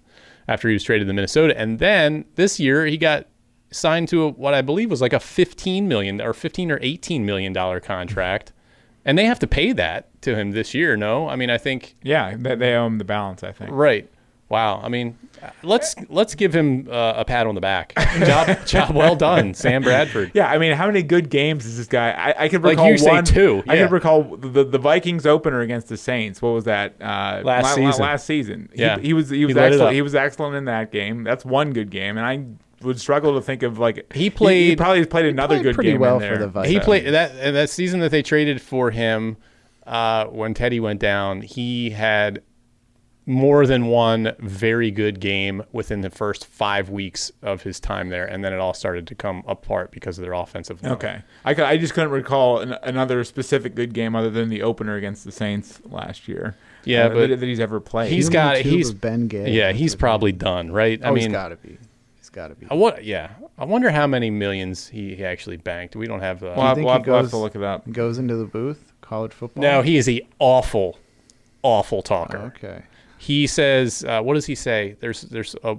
Speaker 2: after he was traded to Minnesota. And then this year he got signed to a, what I believe was like a 15 million or 15 or 18 million dollar contract. And they have to pay that to him this year. No, I mean I think
Speaker 1: Yeah, they, they owe him the balance. I think.
Speaker 2: right. Wow. I mean, let's let's give him uh, a pat on the back. job job well done, Sam Bradford.
Speaker 1: Yeah, I mean, how many good games is this guy? I, I can
Speaker 2: Like
Speaker 1: recall
Speaker 2: you say
Speaker 1: one.
Speaker 2: two,
Speaker 1: I
Speaker 2: yeah.
Speaker 1: can recall the the Vikings opener against the Saints. What was that? Uh,
Speaker 2: Last
Speaker 1: la- la-
Speaker 2: season.
Speaker 1: last season. He-
Speaker 2: Yeah.
Speaker 1: He, was he was
Speaker 2: lit it up.
Speaker 1: excellent. He was excellent in that game. That's one good game, and I would struggle to think of like
Speaker 2: He played-
Speaker 1: He, probably played another
Speaker 3: played
Speaker 1: good
Speaker 3: pretty
Speaker 1: game
Speaker 3: well
Speaker 1: in there.
Speaker 3: for the Vikings.
Speaker 2: He
Speaker 3: So-
Speaker 2: played that uh, that season that they traded for him uh, when Teddy went down. He had more than one very good game within the first five weeks of his time there, and then it all started to come apart because of their offensive line.
Speaker 1: Okay, I, cou- I just couldn't recall an, another specific good game other than the opener against the Saints last year.
Speaker 2: Yeah,
Speaker 1: uh,
Speaker 2: but
Speaker 1: that, that he's ever played.
Speaker 2: He's
Speaker 3: Human
Speaker 2: got
Speaker 3: Cube
Speaker 2: he's
Speaker 3: of Ben Gay.
Speaker 2: Yeah, he's probably done, right? I
Speaker 3: Oh,
Speaker 2: mean, Oh.
Speaker 3: he's got to be. He's got to be.
Speaker 2: I what? Yeah, I wonder how many millions he, he actually banked. We don't have. Uh,
Speaker 1: Well, I-
Speaker 3: think
Speaker 1: we'll
Speaker 3: he
Speaker 1: have- we'll have
Speaker 3: goes-
Speaker 1: to look it up.
Speaker 3: Goes into the booth. College football.
Speaker 2: no, he is a awful, awful talker.
Speaker 3: Okay.
Speaker 2: he says uh, what does he say there's there's a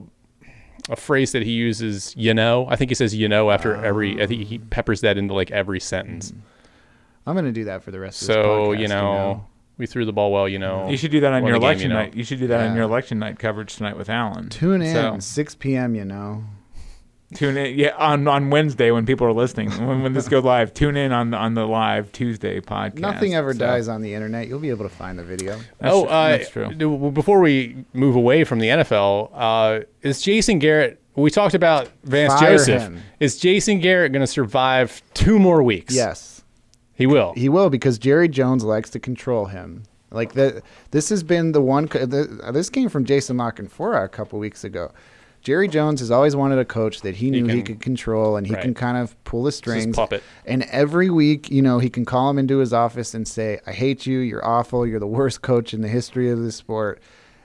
Speaker 2: a phrase that he uses you know i think he says you know after every i think he peppers that into like every sentence
Speaker 3: I'm gonna do that for the rest of this
Speaker 2: so
Speaker 3: podcast,
Speaker 2: you know, we threw the ball well you know
Speaker 1: You should do that on
Speaker 2: won
Speaker 1: your
Speaker 2: the game,
Speaker 1: election
Speaker 2: you know.
Speaker 1: night. You should do that
Speaker 3: Yeah.
Speaker 1: on your election night coverage tonight with Alan.
Speaker 3: Tune in
Speaker 1: So-
Speaker 3: 6 p.m. You know.
Speaker 1: Tune in, yeah, on, on Wednesday when people are listening, when, when
Speaker 3: [laughs]
Speaker 1: this goes live. Tune in on on the live Tuesday podcast.
Speaker 3: Nothing ever
Speaker 1: So,
Speaker 3: dies on the internet. You'll be able to find the video.
Speaker 1: That's,
Speaker 2: oh uh,
Speaker 1: that's true.
Speaker 2: d- well, before we move away from the nfl uh, is jason garrett we talked about vance
Speaker 3: Fire
Speaker 2: joseph
Speaker 3: him.
Speaker 2: is jason garrett going to survive two more weeks
Speaker 3: Yes.
Speaker 2: he will
Speaker 3: He will because Jerry Jones likes to control him. Like the, this has been the one. co- The, uh, this came from Jason Lockenfora a couple weeks ago. Jerry Jones has always wanted a coach that he knew he,
Speaker 2: can-
Speaker 3: could control and he
Speaker 2: right.
Speaker 3: can kind of pull the strings.
Speaker 2: puppet.
Speaker 3: And every week, you know, he can call him into his office and say, "I hate you. You're awful. You're the worst coach in the history of this sport."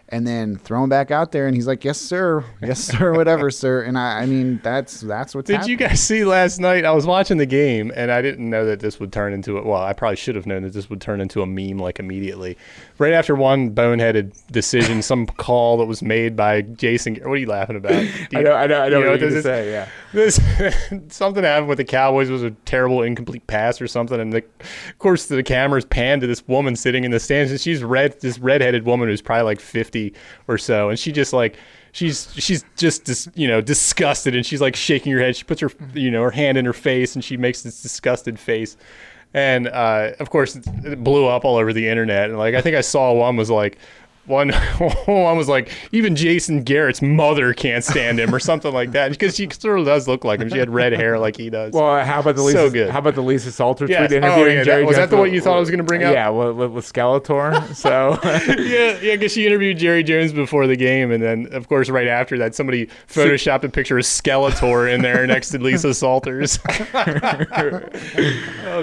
Speaker 3: And then throw him back out there, and he's like, "Yes, sir. Yes, sir. Whatever, [laughs] sir." And I, I mean, that's that's what's
Speaker 2: Did
Speaker 3: happening.
Speaker 2: you guys see last night? I was watching the game and I didn't know that this would turn into a well, I probably should have known that this would turn into a meme like immediately. Right after one boneheaded decision, some call that was made by Jason What are you laughing about? Do you-
Speaker 1: I know, I know, I know
Speaker 2: you
Speaker 1: what you're
Speaker 2: this
Speaker 1: gonna
Speaker 2: is?
Speaker 1: say. Yeah,
Speaker 2: This [laughs] something happened with the Cowboys was a terrible incomplete pass or something, and the, of course the cameras panned to this woman sitting in the stands, and she's red, this redheaded woman who's probably like fifty or so, and she just like she's she's just dis, you know disgusted, and she's like shaking her head. She puts her you know her hand in her face, and she makes this disgusted face, and uh, of course it- it blew up all over the internet, and like I think I saw one was like. One, [laughs] one was like, even Jason Garrett's mother can't stand him, or something like that, because she sort of does look like him. She had red hair like he does.
Speaker 1: Well, uh, how about the
Speaker 2: So
Speaker 1: Lisa?
Speaker 2: good.
Speaker 1: How about the Lisa Salter
Speaker 2: Yes.
Speaker 1: tweet
Speaker 2: Oh,
Speaker 1: interview?
Speaker 2: yeah, that-
Speaker 1: Jerry
Speaker 2: was that
Speaker 1: Jones
Speaker 2: the one
Speaker 1: with-
Speaker 2: you thought I was gonna bring up?
Speaker 1: Yeah, with, with, with
Speaker 2: [laughs]
Speaker 1: Skeletor. so
Speaker 2: [laughs]
Speaker 1: [laughs]
Speaker 2: yeah, yeah, because she interviewed Jerry Jones before the game, and then of course right after that, somebody photoshopped a picture of Skeletor in there next to Lisa Salters. [laughs] oh,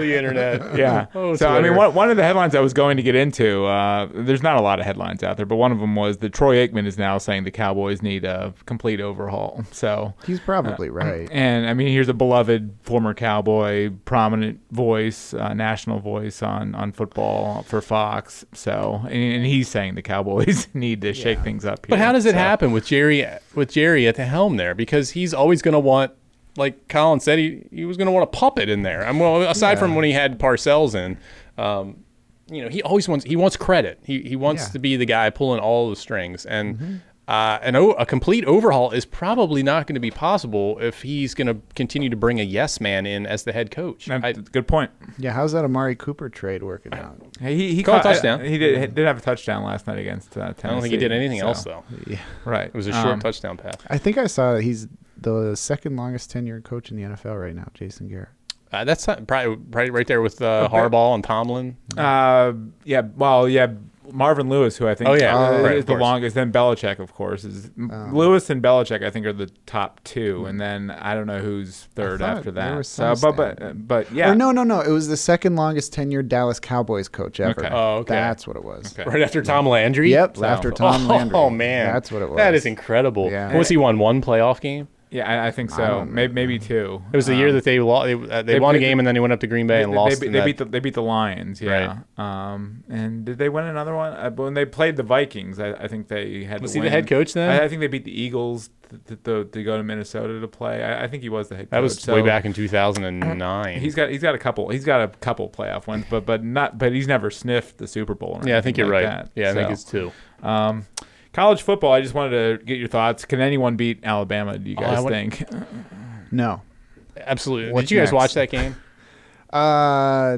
Speaker 2: the internet.
Speaker 1: yeah.
Speaker 2: Oh,
Speaker 1: so I
Speaker 2: Twitter.
Speaker 1: mean, one one of the headlines I was going to get into. Uh, there's not a lot of headlines out there, but one of them was that Troy Aikman is now saying the Cowboys need a complete overhaul. So
Speaker 3: He's
Speaker 2: Uh,
Speaker 3: probably right.
Speaker 1: And I mean, here's a beloved former cowboy, prominent voice, uh, national voice on, on football for Fox. So, and, and he's saying the Cowboys [laughs] need to shake things up. Here.
Speaker 2: But how does it
Speaker 1: So-
Speaker 2: happen with Jerry with Jerry at the helm there? Because he's always going to want, like Colin said, he, he was going to want a puppet in there. I'm well, aside from when he had Parcells in, um, you know, he always wants he wants credit. He he wants
Speaker 3: Yeah.
Speaker 2: to be the guy pulling all the strings and.
Speaker 1: Mm-hmm.
Speaker 2: Uh, an o- a complete overhaul is probably not going to be possible if he's going to continue to bring a yes man in as the head coach.
Speaker 1: That's
Speaker 2: I-
Speaker 1: a good point.
Speaker 3: Yeah, how's that Amari Cooper trade working out?
Speaker 1: Hey, He he
Speaker 2: Caught a
Speaker 1: caught
Speaker 2: touchdown.
Speaker 1: He did, he did have a touchdown last night against uh, Tennessee.
Speaker 2: I don't think he did anything
Speaker 1: so-
Speaker 2: else though.
Speaker 1: Right.
Speaker 2: It was a short
Speaker 1: Um,
Speaker 2: touchdown pass.
Speaker 3: I think I saw that he's the second longest tenured coach in the NFL right now, Jason Garrett.
Speaker 2: Uh, that's not, probably, probably right there with uh, Harbaugh and Tomlin.
Speaker 1: Uh, yeah. Well, yeah. Marvin Lewis, who I think
Speaker 2: Oh, yeah.
Speaker 1: uh,
Speaker 2: Oh, right,
Speaker 1: is
Speaker 2: of
Speaker 1: the
Speaker 2: course.
Speaker 1: longest, then Belichick, of course, is
Speaker 3: Um,
Speaker 1: Lewis and Belichick. I think are the top two, and then I don't know who's third
Speaker 3: Hmm. thought
Speaker 1: after
Speaker 3: there
Speaker 1: that.
Speaker 3: was
Speaker 1: So,
Speaker 3: some
Speaker 1: but but but yeah,
Speaker 3: Or no, no, no. It was the second longest tenured Dallas Cowboys coach ever.
Speaker 1: Okay.
Speaker 2: Oh, okay.
Speaker 3: That's what it was.
Speaker 1: Okay.
Speaker 2: Right after Tom Landry.
Speaker 3: Yep,
Speaker 1: So-
Speaker 3: after
Speaker 2: [laughs]
Speaker 3: Tom
Speaker 2: oh,
Speaker 3: Landry.
Speaker 2: man,
Speaker 3: That's what it was.
Speaker 2: That is incredible.
Speaker 3: Yeah.
Speaker 2: What Was he won one playoff game?
Speaker 1: Yeah, I, I think so.
Speaker 3: don't know.
Speaker 1: maybe maybe two.
Speaker 2: It was the year that they lost. They, uh, they,
Speaker 1: Um, they
Speaker 2: won a
Speaker 1: beat
Speaker 2: game
Speaker 1: the-
Speaker 2: and then they went up to Green Bay and lost.
Speaker 1: They,
Speaker 2: in
Speaker 1: they
Speaker 2: that-
Speaker 1: beat the they beat the Lions, yeah. Um, and did they win another one Uh, but when they played the Vikings? I, I think they had.
Speaker 2: Was
Speaker 1: to
Speaker 2: he the
Speaker 1: win.
Speaker 2: head coach then?
Speaker 1: I, I think they beat the Eagles to, to, to go to Minnesota to play. I, I think he was the head coach.
Speaker 2: that was
Speaker 1: so
Speaker 2: way back in 2009.
Speaker 1: He's got he's got a couple he's got a couple playoff wins, but but not but he's never sniffed the Super Bowl. Or
Speaker 2: yeah, I
Speaker 1: anything
Speaker 2: think you're
Speaker 1: like
Speaker 2: right.
Speaker 1: that.
Speaker 2: Yeah, I think
Speaker 1: So,
Speaker 2: it's two.
Speaker 1: um, college football. I just wanted to get your thoughts. Can anyone beat Alabama? Do you
Speaker 2: Oh,
Speaker 1: guys
Speaker 2: I would-
Speaker 1: think? [laughs]
Speaker 3: No.
Speaker 2: Absolutely.
Speaker 3: What's
Speaker 2: Did you guys
Speaker 3: next?
Speaker 2: watch that game?
Speaker 3: Uh,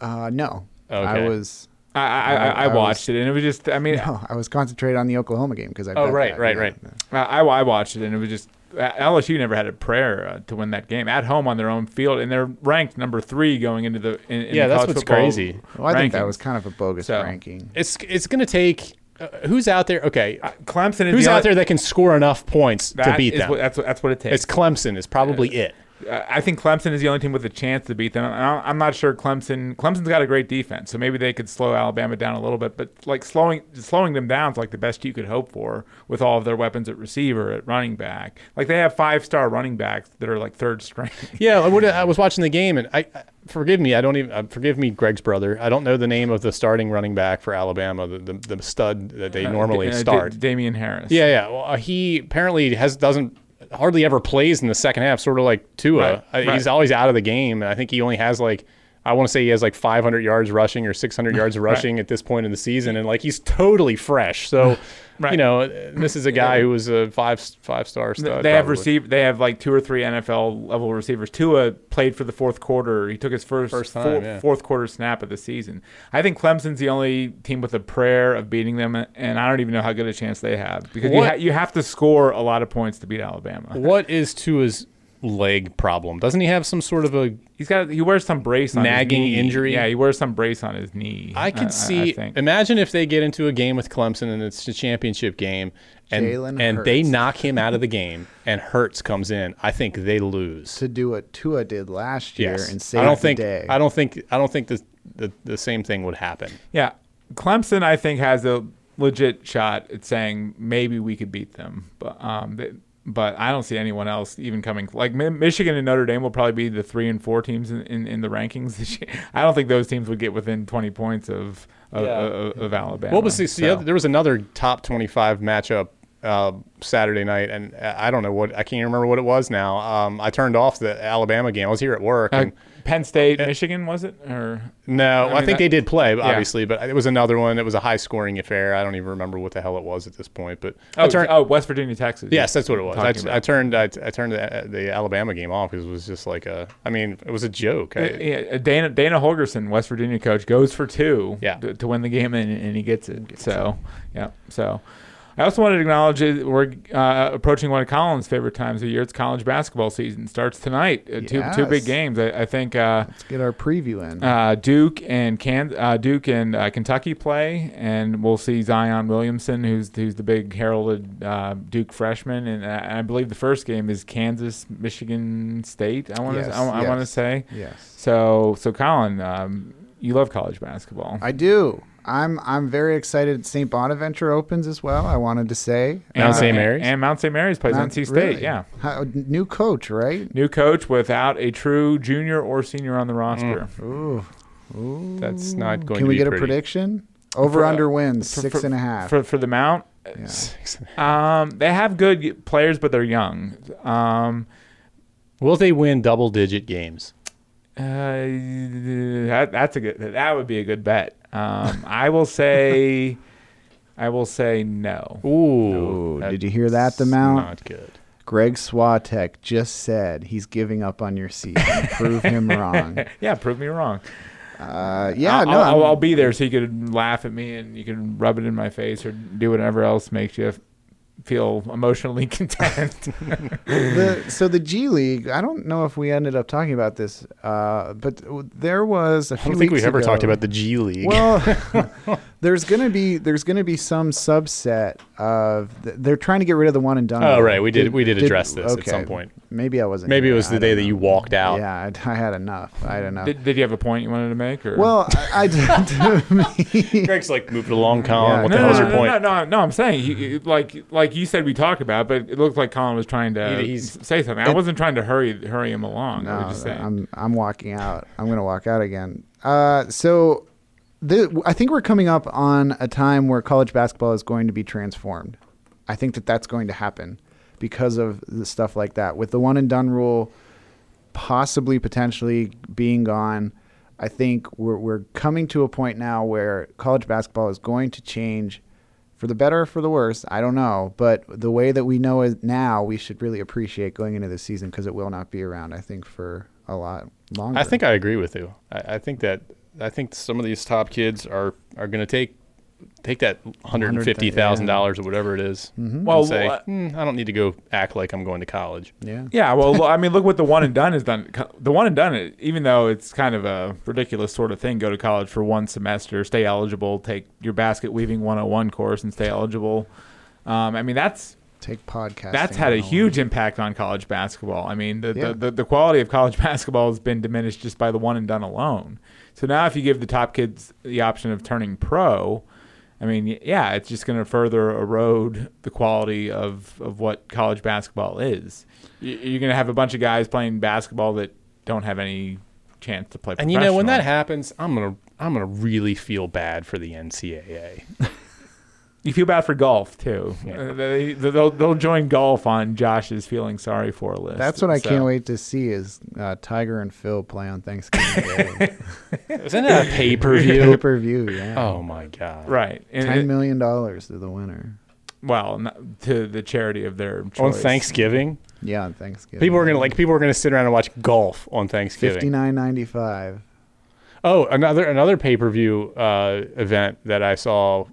Speaker 3: uh, no.
Speaker 2: Okay.
Speaker 3: I was
Speaker 1: I I, I,
Speaker 3: I- I
Speaker 1: I watched it and it was just I mean
Speaker 3: no, I was concentrated on the Oklahoma game because I.
Speaker 2: Oh,
Speaker 3: bet
Speaker 2: right,
Speaker 3: that,
Speaker 2: right,
Speaker 3: yeah.
Speaker 2: right.
Speaker 1: I, I I watched it and it was just LSU never had a prayer uh, to win that game at home on their own field and they're ranked number three going into the in, in
Speaker 2: yeah,
Speaker 1: the
Speaker 2: that's
Speaker 1: college
Speaker 2: what's
Speaker 1: football
Speaker 2: crazy.
Speaker 3: Well, I think that
Speaker 1: rankings.
Speaker 3: was kind of a bogus
Speaker 1: So-
Speaker 3: ranking.
Speaker 2: It's it's gonna take uh, who's out there. Okay,
Speaker 1: Clemson is
Speaker 2: who's
Speaker 1: the
Speaker 2: out
Speaker 1: only-
Speaker 2: there that can score enough points to
Speaker 1: that
Speaker 2: beat
Speaker 1: is
Speaker 2: them?
Speaker 1: What, that's what that's what it takes.
Speaker 2: it's Clemson. Is probably it.
Speaker 1: I I think Clemson is the only team with a chance to beat them. And I- I'm not sure Clemson. Clemson's got a great defense, so maybe they could slow Alabama down a little bit. But like slowing slowing them down is like the best you could hope for with all of their weapons at receiver, at running back. Like they have five star running backs that are like third string.
Speaker 2: Yeah, I, would, I was watching the game, and I, I forgive me. I don't even uh, forgive me, Greg's brother. I don't know the name of the starting running back for Alabama, the the, the stud that they normally
Speaker 1: [laughs] Uh, Da-
Speaker 2: start.
Speaker 1: Damian Harris.
Speaker 2: yeah, yeah. Well, uh, he apparently has doesn't hardly ever plays in the second half. Sort of like Tua,
Speaker 1: Right,
Speaker 2: Uh,
Speaker 1: right.
Speaker 2: he's always out of the game, and I think he only has like. I want to say he has like 500 yards rushing
Speaker 1: [laughs]
Speaker 2: or 600 yards rushing at this point in the season, and like he's totally fresh. So, you
Speaker 1: [laughs] Right.
Speaker 2: know, uh, this is a guy who was a five five star
Speaker 1: Th-
Speaker 2: stud.
Speaker 1: they have
Speaker 2: Uh, probably.
Speaker 1: received. They have like two or three NFL level receivers. Tua played for the fourth quarter. He took his first,
Speaker 2: First time, yeah.
Speaker 1: fourth quarter snap of the season. I think Clemson's the only team with a prayer of beating them, and I don't even know how good a chance they have because you,
Speaker 2: What-
Speaker 1: ha- you have to score a lot of points to beat Alabama.
Speaker 2: What is Tua's leg problem? Doesn't he have some sort of a?
Speaker 1: He's got he wears some brace on
Speaker 2: Nagging
Speaker 1: his knee.
Speaker 2: injury?
Speaker 1: Yeah, he wears some brace on his knee.
Speaker 2: I could
Speaker 1: I
Speaker 2: see.
Speaker 1: think.
Speaker 2: imagine if they get into a game with Clemson and it's a championship game, and
Speaker 3: Jalen
Speaker 2: and they
Speaker 3: Hurts.
Speaker 2: knock him out of
Speaker 3: [laughs]
Speaker 2: the game, and Hertz comes in. I think they lose.
Speaker 3: To do what Tua did last year
Speaker 2: Yes,
Speaker 3: and save
Speaker 2: I don't
Speaker 3: the
Speaker 2: think.
Speaker 3: day.
Speaker 2: I don't think. I don't think the, the the same thing would happen.
Speaker 1: Yeah, Clemson, I think, has a legit shot at saying maybe we could beat them, but um, th- but I don't see anyone else even coming. Like Mi- Michigan and Notre Dame will probably be the three and four teams in, in, in the rankings this year. [laughs] I don't think those teams would get within twenty points of of,
Speaker 2: Yeah.
Speaker 1: of, of Alabama.
Speaker 2: What was this? The
Speaker 1: So-
Speaker 2: other, there was another top twenty-five matchup uh, Saturday night, and uh, I I don't know what I can't remember what it was now. Um, I turned off the Alabama game. I was here at work.
Speaker 1: Uh,
Speaker 2: and,
Speaker 1: Penn State, Michigan, was it? Or
Speaker 2: No, I,
Speaker 1: mean,
Speaker 2: think
Speaker 1: that-
Speaker 2: they did play, obviously, but it was another one. It was a high scoring affair. I don't even remember what the hell it was at this point, but I
Speaker 1: oh,
Speaker 2: turned.
Speaker 1: oh, West Virginia, Texas.
Speaker 2: Yes, that's what it was. I,
Speaker 1: Talking
Speaker 2: t-
Speaker 1: about.
Speaker 2: I turned. I, t- I turned the, the Alabama game off because it was just like a. I mean, it was a joke. I-
Speaker 1: Uh, Yeah, Dana Dana Holgerson, West Virginia coach, goes for two
Speaker 2: Yeah.
Speaker 1: to, to win the game, and, and he gets it. So, yeah. So, I also wanted to acknowledge that we're uh, approaching one of Colin's favorite times of year. It's college basketball season. Starts tonight. Uh, Two two big
Speaker 3: Yes.
Speaker 1: games. I, I think uh,
Speaker 3: Let's get our preview in.
Speaker 1: uh, Duke and Can- uh, Duke and uh, Kentucky play, and we'll see Zion Williamson, who's who's the big heralded uh, Duke freshman, and I, I believe the first game is Kansas Michigan State. I want to
Speaker 3: Yes,
Speaker 1: I, want to
Speaker 3: yes.
Speaker 1: say.
Speaker 3: yes.
Speaker 1: So, so Colin, um, you love college basketball.
Speaker 3: I do. I'm I'm very excited. St. Bonaventure opens as well. I wanted to say Uh,
Speaker 2: Mount St. Mary's?
Speaker 1: And Mount St. Mary's plays
Speaker 3: Not
Speaker 1: NC State.
Speaker 3: really.
Speaker 1: Yeah.
Speaker 3: How- new coach, right?
Speaker 1: New coach without a true junior or senior
Speaker 3: Mm.
Speaker 1: on the roster.
Speaker 3: Ooh, Ooh.
Speaker 2: that's not going.
Speaker 3: Mm. Can
Speaker 2: to
Speaker 3: we
Speaker 2: be
Speaker 3: get a
Speaker 2: pretty.
Speaker 3: prediction? Over
Speaker 1: For, uh,
Speaker 3: under wins
Speaker 1: for-
Speaker 3: six and a half.
Speaker 1: For, for the Mount, um, they have good players, but they're young. Um,
Speaker 2: Will they win double digit games?
Speaker 1: uh, that, that's a good. That would be a good bet. Um, I will
Speaker 3: [laughs]
Speaker 1: say, I will say no.
Speaker 2: Ooh,
Speaker 3: Ooh,
Speaker 2: that's
Speaker 3: did you hear that? The mount.
Speaker 2: Not good.
Speaker 3: Greg Swatek just said he's giving up on your season.
Speaker 1: [laughs]
Speaker 3: Prove him wrong.
Speaker 1: Yeah, prove me wrong.
Speaker 3: Uh, yeah,
Speaker 1: I'll,
Speaker 3: no,
Speaker 1: I'll, I'll,
Speaker 3: I'm-
Speaker 1: I'll be there so you can laugh at me and you can rub it in my face or do whatever else makes you f- feel emotionally [laughs]
Speaker 3: [laughs]
Speaker 1: content.
Speaker 3: the, so the G League. I don't know if we ended up talking about this, uh, but there was a
Speaker 2: I
Speaker 3: few.
Speaker 2: don't think
Speaker 3: weeks
Speaker 2: we've ever
Speaker 3: ago-
Speaker 2: talked about the G League.
Speaker 3: Well,
Speaker 2: [laughs]
Speaker 3: [laughs] there's gonna be there's gonna be some subset of th- they're trying to get rid of the one and done.
Speaker 2: Oh,
Speaker 3: rule.
Speaker 2: right. We did- we did address this at
Speaker 3: okay.
Speaker 2: some point.
Speaker 3: Maybe I wasn't.
Speaker 2: Maybe it
Speaker 3: here.
Speaker 2: was
Speaker 3: I
Speaker 2: the
Speaker 3: don't
Speaker 2: day that
Speaker 3: know.
Speaker 2: you walked out.
Speaker 3: Yeah, I, I had enough. I don't know.
Speaker 1: did, did you have a point you wanted to make? Or?
Speaker 3: well, I, I
Speaker 2: [laughs]
Speaker 3: [laughs] did.
Speaker 2: Greg's like moved along, Colin.
Speaker 3: Yeah.
Speaker 2: What
Speaker 1: no,
Speaker 2: the
Speaker 1: no,
Speaker 2: hell's
Speaker 1: no,
Speaker 2: your
Speaker 1: no,
Speaker 2: point?
Speaker 1: no, no, no, I'm saying you, you- like like like you said we talked about, but it looked like Colin was trying to
Speaker 2: He- he's-
Speaker 1: say something. I wasn't trying to hurry hurry him along. I
Speaker 3: No,
Speaker 1: was just saying.
Speaker 3: I'm I'm walking out. I'm gonna walk out again. Uh, so, the, I think we're coming up on a time where college basketball is going to be transformed. I think that that's going to happen because of the stuff like that with the one and done rule, possibly potentially being gone. I think we're we're coming to a point now where college basketball is going to change. For the better or for the worse, I don't know. But the way that we know it now, we should really appreciate going into this season because it will not be around, I think, for a lot longer.
Speaker 2: I think I agree with you. I, I think that I think some of these top kids are are going to take take that hundred and fifty thousand dollars or whatever it is and
Speaker 1: Well,
Speaker 2: say,
Speaker 1: uh,
Speaker 2: "Hmm, I don't need to go act like I'm going to college.
Speaker 3: Yeah.
Speaker 1: Yeah, well, lo- I mean, look what the one and done has done. Co- The one and done, it- even though it's kind of a ridiculous sort of thing, go to college for one semester, stay eligible, take your basket weaving 101 course and stay eligible. Um, I mean, that's
Speaker 3: Take podcast.
Speaker 1: that's had a huge impact on college basketball. I mean, the,
Speaker 3: Yeah.
Speaker 1: the, the, the quality of college [laughs] basketball has been diminished just by the one and done alone. So now, if you give the top kids the option of turning pro, I mean, y- yeah, it's just going to further erode the quality of, of what college basketball is. Y- You're going to have a bunch of guys playing basketball that don't have any chance to play.
Speaker 2: And you know when that
Speaker 1: professional.
Speaker 2: happens, I'm gonna I'm gonna really feel bad for the NCAA.
Speaker 1: you feel bad for golf too.
Speaker 2: [laughs] Yeah.
Speaker 1: Uh, They, they'll they'll join golf on Josh's feeling sorry for list.
Speaker 3: That's what I
Speaker 1: So-
Speaker 3: can't wait to see is uh, Tiger and Phil play on Thanksgiving Day.
Speaker 2: [laughs] Isn't that a pay per [laughs]
Speaker 3: Pay
Speaker 2: view?
Speaker 3: per view. Yeah.
Speaker 2: Oh my god!
Speaker 1: Right. And it-
Speaker 3: Ten million dollars to the winner.
Speaker 1: well not, to the charity of
Speaker 2: Oh,
Speaker 1: their choice.
Speaker 2: On Thanksgiving,
Speaker 3: Yeah, on Thanksgiving.
Speaker 2: people are gonna like people are gonna sit around and watch golf on Thanksgiving.
Speaker 3: fifty nine ninety five.
Speaker 2: Oh, another another pay per view uh, event that I saw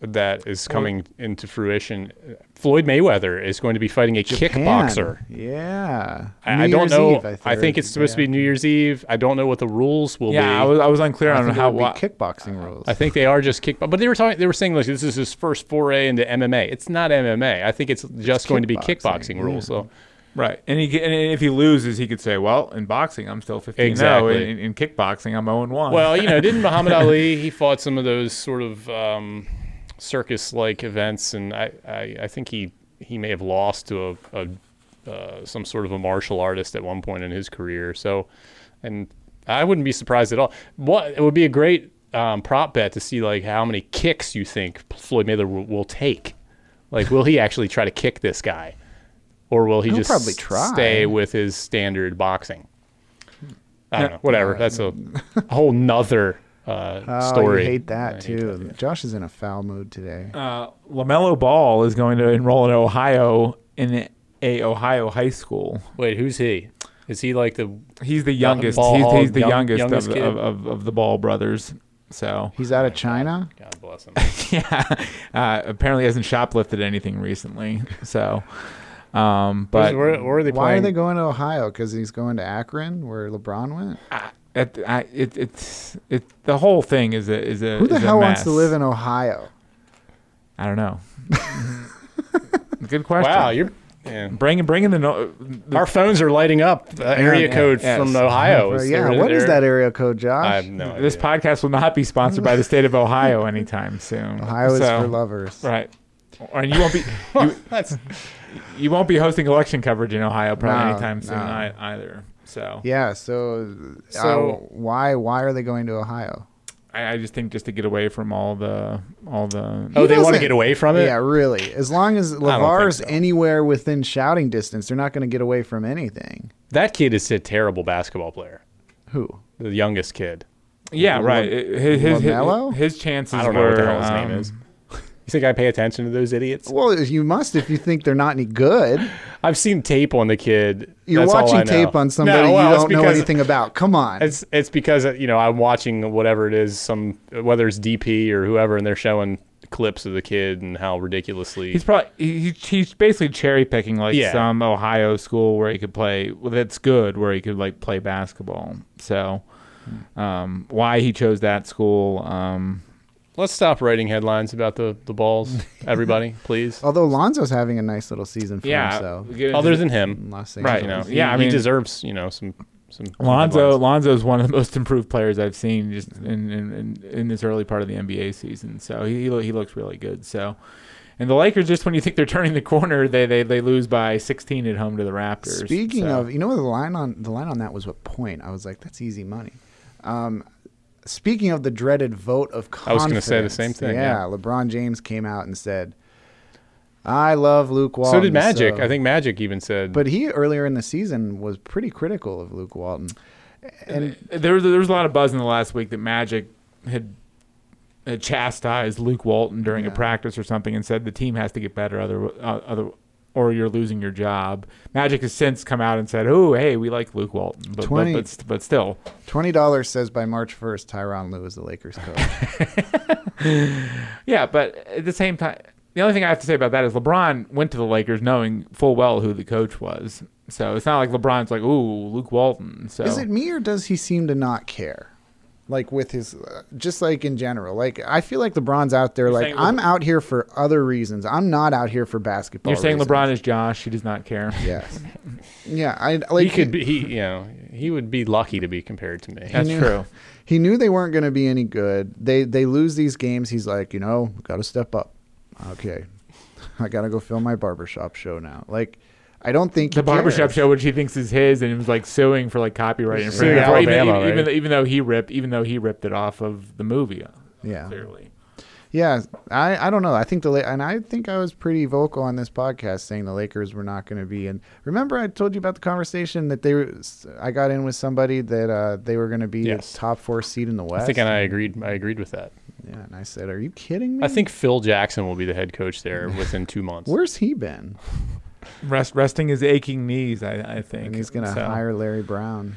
Speaker 2: that is coming into fruition. Floyd Mayweather is going to be fighting a kickboxer.
Speaker 3: Yeah.
Speaker 2: I,
Speaker 3: New
Speaker 2: I don't
Speaker 3: Year's
Speaker 2: know.
Speaker 3: Eve,
Speaker 2: I, think it's supposed to
Speaker 3: yeah.
Speaker 2: be New Year's Eve. I don't know what the rules will be.
Speaker 1: Yeah, I was I was unclear
Speaker 3: I
Speaker 1: on
Speaker 3: think it
Speaker 1: how
Speaker 3: would be
Speaker 1: why,
Speaker 3: kickboxing rules.
Speaker 2: I think they are just kickboxing. But they were talking. They were saying like this is his first foray into MMA. It's not MMA. I think it's just going to be
Speaker 3: kickboxing,
Speaker 2: kickboxing rules. So
Speaker 1: right. And he ca- and if he loses, he could say, "Well, in boxing, I'm still 15
Speaker 2: Exactly.
Speaker 1: In, in, in kickboxing, I'm 0 1."
Speaker 2: Well, you know, didn't
Speaker 3: [laughs]
Speaker 2: Muhammad Ali? He fought some of those sort of um, circus-like events, and I, I, I think he he may have lost to a, a uh, some sort of a martial artist at one point in his career. So, and I wouldn't be surprised at all. What it would be a great um, prop bet to see like how many kicks you think Floyd Mayweather will, will take. Like, will he actually try to kick this guy, or will he
Speaker 3: He'll
Speaker 2: just
Speaker 3: probably
Speaker 2: s-
Speaker 3: try.
Speaker 2: stay with his standard boxing? I don't know. Whatever. That's [laughs] a whole nother uh,
Speaker 3: oh,
Speaker 2: story.
Speaker 3: You hate that too. Josh is in a foul mood today.
Speaker 1: uh, Lamelo Ball is going to enroll in Ohio in a Ohio high school.
Speaker 2: Wait, who's he? Is he like the?
Speaker 1: He's the youngest.
Speaker 2: Ball
Speaker 1: he's, he's the
Speaker 2: young-
Speaker 1: youngest,
Speaker 2: youngest
Speaker 1: of,
Speaker 2: kid.
Speaker 1: of, of of the Ball brothers.
Speaker 2: [laughs]
Speaker 1: So
Speaker 3: He's out of China.
Speaker 2: God bless him.
Speaker 1: yeah, uh, apparently hasn't shoplifted anything recently. So, um, but
Speaker 2: where, where are they
Speaker 3: Why are
Speaker 2: playing?
Speaker 3: they going to Ohio? Because he's going to Akron, where LeBron went.
Speaker 1: I, it, I, it, it's it. The whole thing is a is a.
Speaker 3: Who the
Speaker 1: is a
Speaker 3: hell wants to
Speaker 1: mess.
Speaker 3: live in Ohio?
Speaker 1: I don't
Speaker 3: [laughs]
Speaker 1: know. Good question.
Speaker 2: wow, you're. Yeah.
Speaker 1: bringing bringing the, no, the
Speaker 2: Our phones are lighting up. Uh, area
Speaker 3: yeah,
Speaker 2: code
Speaker 1: yes.
Speaker 2: from
Speaker 3: [laughs]
Speaker 2: Ohio.
Speaker 3: Bro,
Speaker 2: Is
Speaker 3: yeah,
Speaker 2: there-
Speaker 3: what is
Speaker 2: there-
Speaker 3: that area code,
Speaker 2: I
Speaker 3: Josh?
Speaker 2: have no
Speaker 1: this
Speaker 2: idea.
Speaker 1: podcast will not be sponsored by the state of Ohio anytime soon.
Speaker 3: Ohio is
Speaker 1: So-
Speaker 3: for lovers.
Speaker 1: right? And you won't be you,
Speaker 2: [laughs] That's
Speaker 1: you won't be hosting election coverage in Ohio probably
Speaker 3: No,
Speaker 1: anytime soon
Speaker 3: no.
Speaker 1: ei- either. So
Speaker 3: Yeah. So, so
Speaker 2: So-
Speaker 3: why why are they going to Ohio?
Speaker 1: I, I just think just to get away from all the all the
Speaker 2: oh, they want to
Speaker 3: doesn't-
Speaker 2: get away from it.
Speaker 3: Yeah, really. As long as
Speaker 2: think
Speaker 3: Lavar's
Speaker 2: so.
Speaker 3: anywhere within shouting distance, they're not going to get away from anything.
Speaker 2: That kid is a terrible basketball player.
Speaker 3: Who?
Speaker 2: The youngest kid.
Speaker 1: yeah right. It- His his,
Speaker 3: LaMelo?
Speaker 1: his, his chances
Speaker 2: I don't know
Speaker 1: were
Speaker 2: what the hell his
Speaker 1: um,
Speaker 2: name is. You think I pay attention to those idiots?
Speaker 3: Well, you must if you think they're not any good.
Speaker 2: I've seen tape on the kid.
Speaker 3: You're
Speaker 2: That's all I
Speaker 3: watching
Speaker 2: know.
Speaker 3: tape on somebody
Speaker 2: No, well,
Speaker 3: you
Speaker 2: it's
Speaker 3: don't know
Speaker 2: because-
Speaker 3: anything about. Come on.
Speaker 2: It's it's because uh, you know I'm watching whatever it is, some whether it's DP or whoever, and they're showing clips of the kid and how ridiculously.
Speaker 1: He's probably he, he- he's basically cherry picking like
Speaker 2: Yeah.
Speaker 1: some Ohio school where he could play well, that's good where he could like play basketball. So um, why he chose that school? Um,
Speaker 2: Let's stop writing headlines about the the balls,
Speaker 3: [laughs]
Speaker 2: everybody, please.
Speaker 3: Although Lonzo's having a nice little season for
Speaker 1: yeah,
Speaker 3: himself.
Speaker 1: we get into
Speaker 2: Other
Speaker 1: the-
Speaker 2: than
Speaker 3: in
Speaker 2: him,
Speaker 3: Los
Speaker 1: Right,
Speaker 3: Angeles.
Speaker 2: you know, he,
Speaker 1: Yeah, I mean-
Speaker 2: he deserves you know some some. some
Speaker 1: Lonzo,
Speaker 2: headlines.
Speaker 1: Lonzo's one of the [laughs] most improved players I've seen just in in, in, in this early part of the NBA season. So he he, lo- he looks really good. So And the Lakers, just when you think they're [laughs] turning the corner, they they, they lose by 16 at home to the Raptors.
Speaker 3: Speaking
Speaker 1: So-
Speaker 3: of, you know, the line on the line on that was a point. I was like, that's easy money. Um, speaking of the dreaded vote of confidence,
Speaker 2: I was gonna say the same thing,
Speaker 3: Yeah, LeBron James came out and said, "I love Luke Walton."
Speaker 2: so did Magic.
Speaker 3: so-
Speaker 2: I think Magic even said.
Speaker 3: but he earlier in the season was pretty critical of Luke Walton. And
Speaker 1: there, there was a lot of buzz in the last week that Magic had, had chastised Luke Walton during a
Speaker 3: Yeah.
Speaker 1: practice or something and said the team has to get better, other, uh, other, or you're losing your job. Magic has since come out and said, "Oh, hey, we like Luke Walton, but but,
Speaker 3: 20.
Speaker 1: but st- but still,
Speaker 3: twenty dollars says by March first, Tyron Lue is the
Speaker 1: [laughs]
Speaker 3: Lakers coach.
Speaker 1: yeah." But at the same time, the only thing I have to say about that is LeBron went to the Lakers knowing full well who the coach was, so it's not like LeBron's like, "Ooh, Luke Walton." So
Speaker 3: Is it me or does he seem to not care? Like with his, uh, just like in general. Like I feel like LeBron's out there. like
Speaker 1: saying
Speaker 3: I'm out here for other reasons. I'm not out here for basketball.
Speaker 1: you're saying
Speaker 3: reasons.
Speaker 1: LeBron is Josh? He does not care. [laughs]
Speaker 3: Yes. yeah. I
Speaker 2: he
Speaker 3: like
Speaker 2: could be, he, you know, he would be lucky to be compared to me.
Speaker 1: That's
Speaker 3: knew-
Speaker 1: true.
Speaker 3: He knew they weren't going to be any good. They they lose these games. He's like, you know, got to step up. Okay, [laughs] I got to go film my barbershop show now. Like, I don't think
Speaker 1: the
Speaker 3: he
Speaker 1: barbershop
Speaker 3: cares.
Speaker 1: show, which he thinks is his, and he was like suing for like copyright
Speaker 2: Suing
Speaker 1: infringement, for even,
Speaker 2: Alabama,
Speaker 1: even, even,
Speaker 2: right?
Speaker 1: even though he ripped, even though he ripped it off of the movie.
Speaker 3: Yeah.
Speaker 1: clearly.
Speaker 3: Yeah, I, I don't know. I think the La- and I think I was pretty vocal on this podcast saying the Lakers were not going to be. And remember, I told you about the conversation that they were. I got in with somebody that uh, they were going to be
Speaker 2: Yes.
Speaker 3: the top four seed in the West.
Speaker 2: I think and I agreed. I agreed with that.
Speaker 3: yeah, and I said, "Are you kidding me?
Speaker 2: I think Phil Jackson will be the head coach there within two months.
Speaker 3: where's he been?
Speaker 1: Rest, resting his aching knees, I, I think.
Speaker 3: And he's going to
Speaker 1: So-
Speaker 3: hire Larry Brown.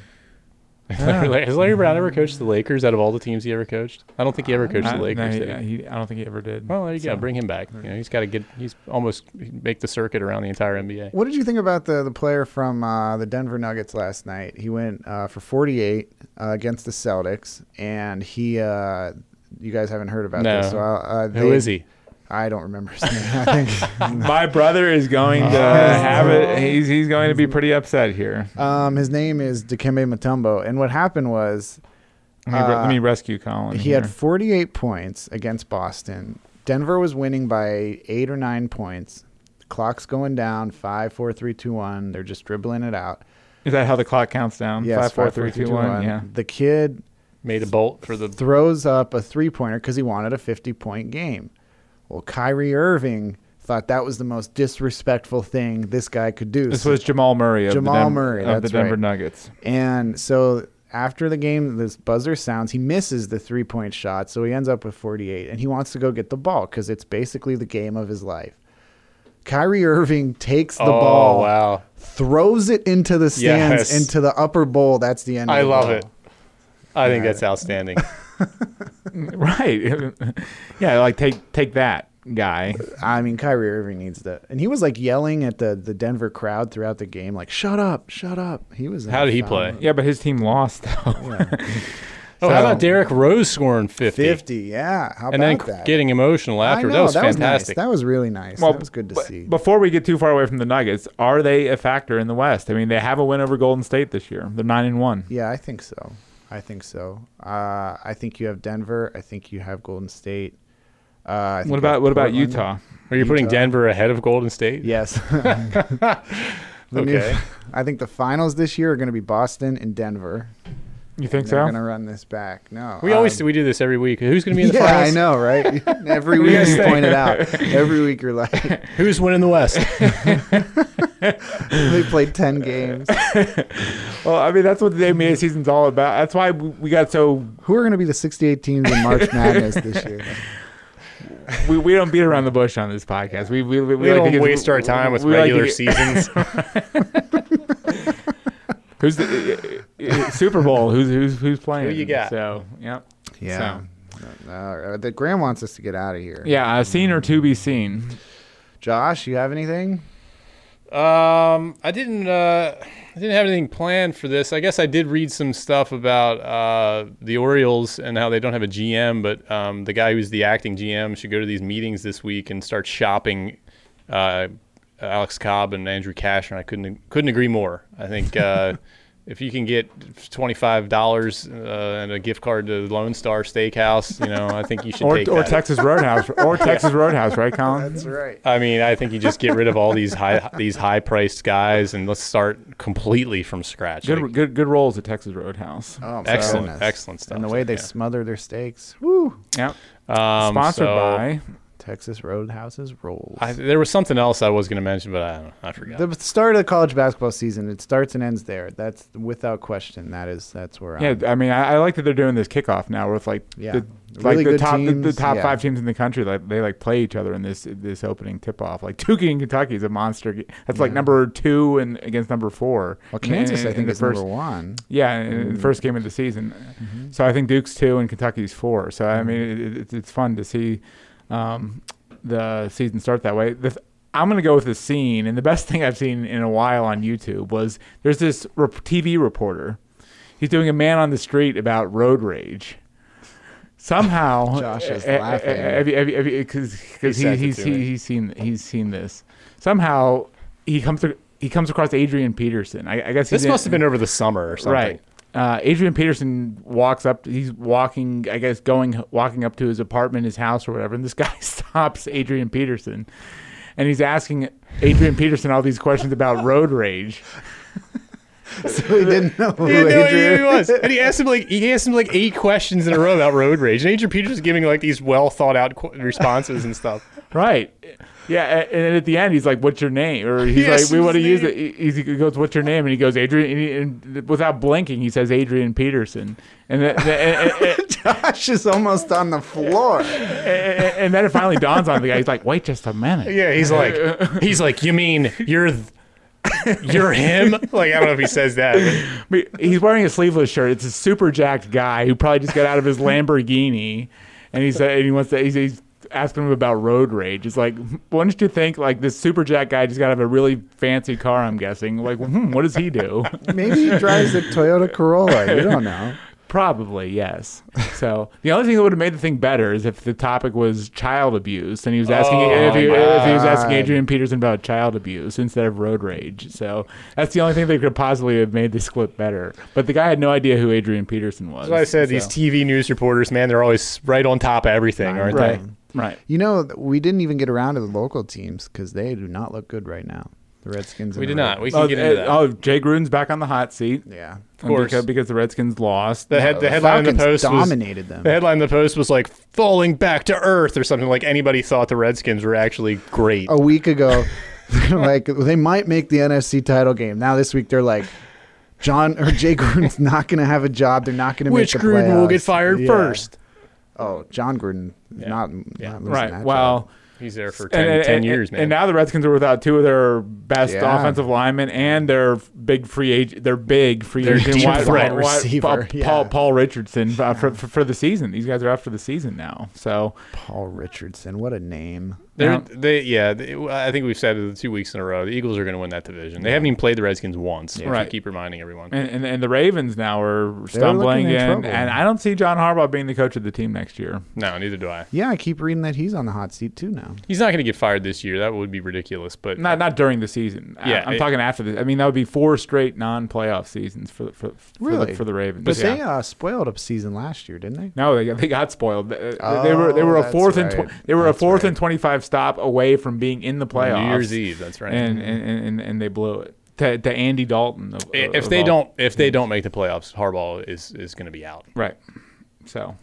Speaker 2: [laughs] Larry- Has Larry Brown ever coached the Lakers out of all the teams he ever coached? I don't think he
Speaker 3: Uh,
Speaker 2: ever coached
Speaker 1: I,
Speaker 2: the
Speaker 1: no,
Speaker 2: Lakers.
Speaker 1: he-
Speaker 2: did he?
Speaker 1: he- I don't think he ever did.
Speaker 2: Well, there you go.
Speaker 1: So-
Speaker 2: Bring him back. You know, he's got to get. He's almost make the circuit around the entire NBA.
Speaker 3: What did you think about the the player from uh, the Denver Nuggets last night? He went uh, for 48 uh, against the Celtics, and he. Uh, you guys haven't heard about
Speaker 2: No.
Speaker 3: this. So I'll- uh,
Speaker 2: Who
Speaker 3: they-
Speaker 2: is he?
Speaker 3: I don't remember his name.
Speaker 1: [laughs]
Speaker 3: I
Speaker 1: [laughs]
Speaker 3: think
Speaker 1: My brother is going
Speaker 3: [laughs]
Speaker 1: to have it. He's he's going to be pretty upset here.
Speaker 3: Um, his name is Dikembe Mutombo, and what happened was
Speaker 1: Let me, re-
Speaker 3: Uh,
Speaker 1: let me rescue Colin.
Speaker 3: he
Speaker 1: here.
Speaker 3: had 48 points against Boston. Denver was winning by eight or nine points. Clock's going down. Five, four, three, two, one. They're just dribbling it out.
Speaker 1: Is that how the clock counts down?
Speaker 3: Yes,
Speaker 1: Um, Five, four, three,
Speaker 3: three,
Speaker 1: two,
Speaker 3: two,
Speaker 1: one.
Speaker 3: one.
Speaker 1: Yeah.
Speaker 3: The kid
Speaker 2: Made a bolt for the.
Speaker 3: throws up a three pointer because he wanted a 50 point game. Well, Kyrie Irving thought that was the most disrespectful thing this guy could do.
Speaker 1: This
Speaker 3: So-
Speaker 1: was Jamal Murray of
Speaker 3: Jamal
Speaker 1: the Denver,
Speaker 3: Murray,
Speaker 1: of the
Speaker 3: that's
Speaker 1: Denver
Speaker 3: right.
Speaker 1: Nuggets. [laughs]
Speaker 3: And so after the game, this buzzer sounds. He misses the three point shot, so he ends up with 48, and he wants to go get the ball because it's basically the game of his life. Kyrie Irving takes the
Speaker 2: oh
Speaker 3: ball,
Speaker 2: wow!
Speaker 3: throws it into the stands,
Speaker 2: Yes.
Speaker 3: into the upper bowl. That's the end. Of
Speaker 2: I
Speaker 3: the
Speaker 2: love
Speaker 3: ball.
Speaker 2: it. I think that's
Speaker 3: [laughs]
Speaker 2: outstanding.
Speaker 1: right. [laughs] yeah, like take take that guy.
Speaker 3: I mean, Kyrie Irving needs that, and he was like yelling at the the Denver crowd throughout the game, like "Shut up, shut up." He was. in
Speaker 2: How
Speaker 3: a
Speaker 2: did he
Speaker 3: foul.
Speaker 2: play?
Speaker 1: Yeah, but his team lost though.
Speaker 3: [laughs] Yeah.
Speaker 2: Oh, how about Derek Rose scoring 50,
Speaker 3: Fifty, yeah. How
Speaker 2: and then
Speaker 3: about that?
Speaker 2: getting emotional
Speaker 3: I
Speaker 2: after?
Speaker 3: know,
Speaker 2: that was
Speaker 3: nice.
Speaker 2: fantastic.
Speaker 3: That was really nice. that was good to
Speaker 1: b-
Speaker 3: see.
Speaker 1: Before we get too far away from the Nuggets, are they a factor in the West? I mean, they have a win over Golden State this year. They're nine and one.
Speaker 3: Yeah, I think so. I think so. Uh, I think you have Denver. I think you have Golden State. Uh, I think
Speaker 1: What
Speaker 3: you
Speaker 1: about
Speaker 3: have
Speaker 1: what about
Speaker 3: Portland.
Speaker 1: Utah?
Speaker 2: Are you putting
Speaker 3: Utah.
Speaker 2: Denver ahead of Golden State? [laughs]
Speaker 3: Yes. [laughs] The new-
Speaker 2: Okay.
Speaker 3: [laughs] I think the finals this year are going to be Boston and Denver.
Speaker 1: You think
Speaker 3: They're
Speaker 1: so?
Speaker 3: going to run this back. No.
Speaker 2: We always
Speaker 3: um,
Speaker 2: we do this every week. Who's going to be in the
Speaker 3: yeah,
Speaker 2: finals?
Speaker 3: I know, right?
Speaker 2: [laughs]
Speaker 3: [laughs] Every
Speaker 2: do you
Speaker 3: week
Speaker 2: guys
Speaker 3: you
Speaker 2: think?
Speaker 3: point it out. Every week you're like, [laughs]
Speaker 2: Who's winning the West?
Speaker 3: they played
Speaker 2: Uh,
Speaker 3: ten games.
Speaker 1: Well, I mean, that's what the NBA season's all about. That's why we we got so
Speaker 3: Who are going to be the 68 teams in
Speaker 2: [laughs]
Speaker 3: March Madness this year?
Speaker 1: we, we don't beat around the bush on this podcast. We we we,
Speaker 2: we
Speaker 1: like to
Speaker 2: don't
Speaker 1: get-
Speaker 2: waste our time with
Speaker 1: we like to
Speaker 2: regular
Speaker 1: get-
Speaker 2: [laughs] seasons.
Speaker 1: Who's the uh, uh, Super Bowl? Who's who's
Speaker 2: [laughs]
Speaker 1: who's playing?
Speaker 2: you got?
Speaker 1: So yeah,
Speaker 3: Yeah. Uh, the Graham wants us to get out of here.
Speaker 1: yeah, uh, seen or to be seen.
Speaker 3: Josh, you have anything?
Speaker 2: Um, I didn't. Uh, I didn't have anything planned for this. I guess I did read some stuff about uh, the Orioles and how they don't have a GM, but um, the guy who's the acting GM should go to these meetings this week and start shopping
Speaker 1: [laughs]
Speaker 2: uh, Alex Cobb and Andrew Cash. And I couldn't couldn't agree more. I think uh, if you can get twenty five dollars uh, and a gift card to Lone Star Steakhouse, you know, I think you should
Speaker 1: Or,
Speaker 2: take
Speaker 1: or
Speaker 2: that.
Speaker 1: Texas Roadhouse,
Speaker 2: [laughs]
Speaker 1: or Texas Roadhouse, right, Colin?
Speaker 3: That's right.
Speaker 2: I mean, I think you just get rid of all these high [laughs] these high priced guys and let's start completely from scratch.
Speaker 1: Good,
Speaker 2: Like,
Speaker 1: good, good rolls at Texas Roadhouse.
Speaker 3: Oh, my
Speaker 2: excellent,
Speaker 3: goodness.
Speaker 2: excellent stuff.
Speaker 3: And the way they
Speaker 2: Yeah.
Speaker 3: smother their steaks. Woo!
Speaker 1: Yeah,
Speaker 2: Um,
Speaker 1: sponsored
Speaker 2: so
Speaker 1: by.
Speaker 3: Texas Roadhouse's rolls.
Speaker 2: I, there was something else I was going to mention, but I don't, I forgot.
Speaker 3: the start of the college basketball season, it starts and ends there. That's without question. That is that's where
Speaker 1: Yeah,
Speaker 3: I'm.
Speaker 1: I mean, I, I like that they're doing this kickoff now with like
Speaker 3: Yeah.
Speaker 1: the,
Speaker 3: Really
Speaker 1: like the
Speaker 3: good
Speaker 1: top the- the,
Speaker 3: teams,
Speaker 1: top
Speaker 3: yeah.
Speaker 1: five teams in the country. Like they like play each other in this this opening tip off. Like [laughs] Tukie in Kentucky is a monster. ge- That's like
Speaker 3: Yeah.
Speaker 1: number two and against number four.
Speaker 3: Well, Kansas,
Speaker 1: In-
Speaker 3: I
Speaker 1: in
Speaker 3: think,
Speaker 1: the
Speaker 3: is
Speaker 1: first.
Speaker 3: number one. Mm.
Speaker 1: Yeah, in in the first game of the season.
Speaker 2: Mm-hmm.
Speaker 1: So I think Duke's two and Kentucky's four. So I mean, it, it, it's fun to see um, the season start that way. The, th- I'm going to go with the scene, and the best thing I've seen in a while on YouTube was there's this rep- TV reporter. He's doing a man on the street about road rage.
Speaker 2: [laughs]
Speaker 1: Somehow,
Speaker 3: Josh is
Speaker 1: eh, eh,
Speaker 3: laughing.
Speaker 1: eh, have you- have you- have you- 'cause- 'cause
Speaker 2: He
Speaker 1: he,
Speaker 2: sent it
Speaker 1: he's
Speaker 2: to
Speaker 1: he,
Speaker 2: me.
Speaker 1: he's seen he's seen this. Somehow he comes to, he comes across Adrian Peterson. I, I guess
Speaker 2: this
Speaker 1: he's in-
Speaker 2: must have been over the summer or something. [laughs]
Speaker 1: Right. Uh, Adrian Peterson walks up. He's walking, I guess, going walking up to his apartment, his house, or whatever. And this [laughs] guy stops Adrian Peterson, and he's asking Adrian Peterson all these questions about road rage.
Speaker 3: [laughs] so
Speaker 2: [laughs]
Speaker 3: he didn't know who
Speaker 2: He didn't know who
Speaker 3: Adrian-
Speaker 1: [laughs]
Speaker 2: he was, and he asked him like he asked him like eight questions in a row about road rage. And Adrian Peters is giving like these well thought out qu- responses and stuff.
Speaker 1: Right. Yeah. a- And then at the end, he's like, "What's your name?" Or
Speaker 2: [laughs]
Speaker 1: he's
Speaker 2: He
Speaker 1: like,
Speaker 2: asks
Speaker 1: "We
Speaker 2: him
Speaker 1: want to use
Speaker 2: his name.
Speaker 1: it." He he goes, "What's your name?" And he goes, "Adrian." And, he, and without blinking, he says, "Adrian Peterson." And then, and- and- and-
Speaker 3: [laughs] Josh is almost on the floor.
Speaker 1: and- and then it finally dawns on the guy. He's like, "Wait just a minute."
Speaker 2: [laughs] Yeah,
Speaker 1: [laughs]
Speaker 2: he's like he's like you mean you're th-
Speaker 1: [laughs]
Speaker 2: you're him? Like I don't know if he says that. but-
Speaker 1: I mean, He's wearing a sleeveless shirt. It's a super jacked guy who probably just got out of his Lamborghini, and he's and he wants to. He's, he's asking him about road rage. It's like, why don't you think like this super jacked guy just got out of a really fancy car? I'm guessing. Like, hmm, what does he do?
Speaker 3: Maybe he drives a Toyota Corolla. You don't know.
Speaker 1: Probably yes. So the only thing that would have made the thing better is if the topic was child abuse, and he was asking
Speaker 2: Oh,
Speaker 1: if, he,
Speaker 2: my
Speaker 1: if he was asking
Speaker 3: God.
Speaker 1: Adrian Peterson about child abuse instead of road rage. So that's the only thing that could possibly have made this clip better. But the guy had no idea who Adrian Peterson was. [laughs]
Speaker 2: That's why I said
Speaker 1: so-
Speaker 2: these TV news reporters, man, they're always right on top of everything, aren't
Speaker 1: right,
Speaker 2: they?
Speaker 1: right.
Speaker 3: You know, th- we didn't even get around to the local teams because they do not look good right now. The Redskins.
Speaker 2: We
Speaker 3: and
Speaker 2: did
Speaker 3: the
Speaker 2: not.
Speaker 3: Ravens.
Speaker 2: We can
Speaker 1: oh,
Speaker 2: get into
Speaker 1: eh,
Speaker 2: that.
Speaker 1: oh, Jay Gruden's back on the hot seat.
Speaker 3: yeah.
Speaker 1: and
Speaker 2: course.
Speaker 1: because, because the Redskins lost.
Speaker 2: The, head, the headline in the
Speaker 3: Falcons
Speaker 2: post was
Speaker 3: dominated them.
Speaker 2: the headline in the post was like falling back to earth or something. Like anybody thought the Redskins were actually great.
Speaker 1: Oh,
Speaker 3: a week ago, [laughs] they're like they might make the NFC title game. Now this week they're like, John or [laughs] Jay Gruden's not going to have a job. They're not going to make
Speaker 2: Which
Speaker 3: the
Speaker 2: Gruden will
Speaker 3: playoffs.
Speaker 2: get fired
Speaker 3: Yeah.
Speaker 2: first?
Speaker 3: Oh, John Gruden, is
Speaker 2: Yeah.
Speaker 3: not,
Speaker 2: Yeah.
Speaker 3: not losing
Speaker 1: right.
Speaker 3: that
Speaker 1: Well.
Speaker 3: job.
Speaker 2: He's there for 10, 10 years, man.
Speaker 1: And now the Redskins are without two of their best
Speaker 3: Yeah.
Speaker 1: offensive linemen and their big free agent, their big free
Speaker 2: Their
Speaker 1: agent
Speaker 2: deep
Speaker 1: wide-
Speaker 2: threat
Speaker 1: wide-
Speaker 3: receiver,
Speaker 1: Paul,
Speaker 3: yeah.
Speaker 1: Paul, Paul Richardson uh, for, for, for the season. These guys are out for the season now. So
Speaker 3: Paul Richardson, what a name.
Speaker 2: They're,
Speaker 1: Yeah.
Speaker 2: They yeah, they, I think we've said it the two weeks in a row. The Eagles are going to win that division. They haven't even played the Redskins once. Which
Speaker 1: Right.
Speaker 2: I keep reminding everyone.
Speaker 1: and, and, and the Ravens now are stumbling
Speaker 3: looking in
Speaker 1: and,
Speaker 3: trouble.
Speaker 1: and I don't see John Harbaugh being the coach of the team next year.
Speaker 2: No, neither do I.
Speaker 3: Yeah, I keep reading that he's on the hot seat too now.
Speaker 2: He's not going to get fired this year. That would be ridiculous. But
Speaker 1: Not not during the season. I-
Speaker 2: Yeah,
Speaker 1: I'm
Speaker 2: it-
Speaker 1: talking after this. I mean that would be four straight non-playoff seasons for for, for, the,
Speaker 3: Really?
Speaker 1: for the Ravens.
Speaker 3: But
Speaker 1: Yeah.
Speaker 3: they uh, spoiled a season last
Speaker 1: [laughs]
Speaker 3: year, didn't they?
Speaker 1: No, they got, they got spoiled. They, they were they
Speaker 3: Oh,
Speaker 1: were a
Speaker 3: that's
Speaker 1: fourth and
Speaker 3: right.
Speaker 1: tw- they were a
Speaker 3: That's
Speaker 1: fourth
Speaker 3: right.
Speaker 1: and twenty five stop away from being in the playoffs.
Speaker 2: New Year's Eve. That's right.
Speaker 1: and, and, and and they blew it to, to Andy Dalton. Of,
Speaker 2: I-
Speaker 1: of
Speaker 2: if they
Speaker 1: all-
Speaker 2: don't, if they don't make the playoffs, Harbaugh is is going to be out.
Speaker 1: right? So,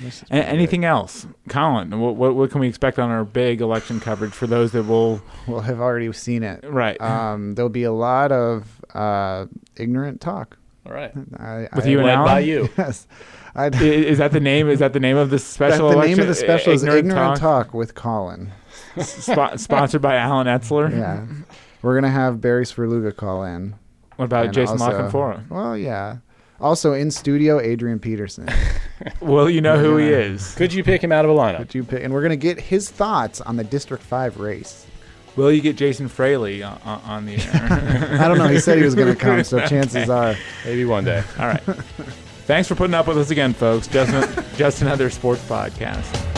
Speaker 3: This is
Speaker 1: a- anything else, Colin? What, what what can we expect on our big election coverage for those that will?
Speaker 3: Well, I've already seen it.
Speaker 1: Right.
Speaker 3: Um, there'll be a lot of uh, ignorant talk.
Speaker 2: All right.
Speaker 3: I,
Speaker 1: With
Speaker 3: I,
Speaker 1: you and
Speaker 2: Led
Speaker 1: Alan?
Speaker 2: by you.
Speaker 3: [laughs] Yes. I,
Speaker 1: I- is that the name? Is that the name of the
Speaker 3: that's [laughs]
Speaker 1: special?
Speaker 3: the
Speaker 1: election?
Speaker 3: name of the special is
Speaker 1: Ignorant, Talk,
Speaker 3: Talk
Speaker 1: [laughs]
Speaker 3: with Colin.
Speaker 1: spo-
Speaker 3: [laughs]
Speaker 1: sponsored by Alan Etzler.
Speaker 3: Yeah. We're going to have Barry Sverluga call in.
Speaker 1: What about
Speaker 3: And
Speaker 1: Jason
Speaker 3: also-
Speaker 1: Lockenfora?
Speaker 3: Well, yeah. Also in studio,
Speaker 1: [laughs]
Speaker 3: Adrian Peterson.
Speaker 1: Well, you know who he is.
Speaker 2: Could you pick him out of a lineup?
Speaker 3: Would you pick? And we're going to get his thoughts on the District 5 race.
Speaker 1: Will you get Jason Fraley on, on on the air?
Speaker 3: I don't know. He said he was going to come,
Speaker 1: [laughs]
Speaker 3: so chances are.
Speaker 2: Maybe one day.
Speaker 1: All right. Thanks for putting up with us again, folks. Just, just another sports podcast.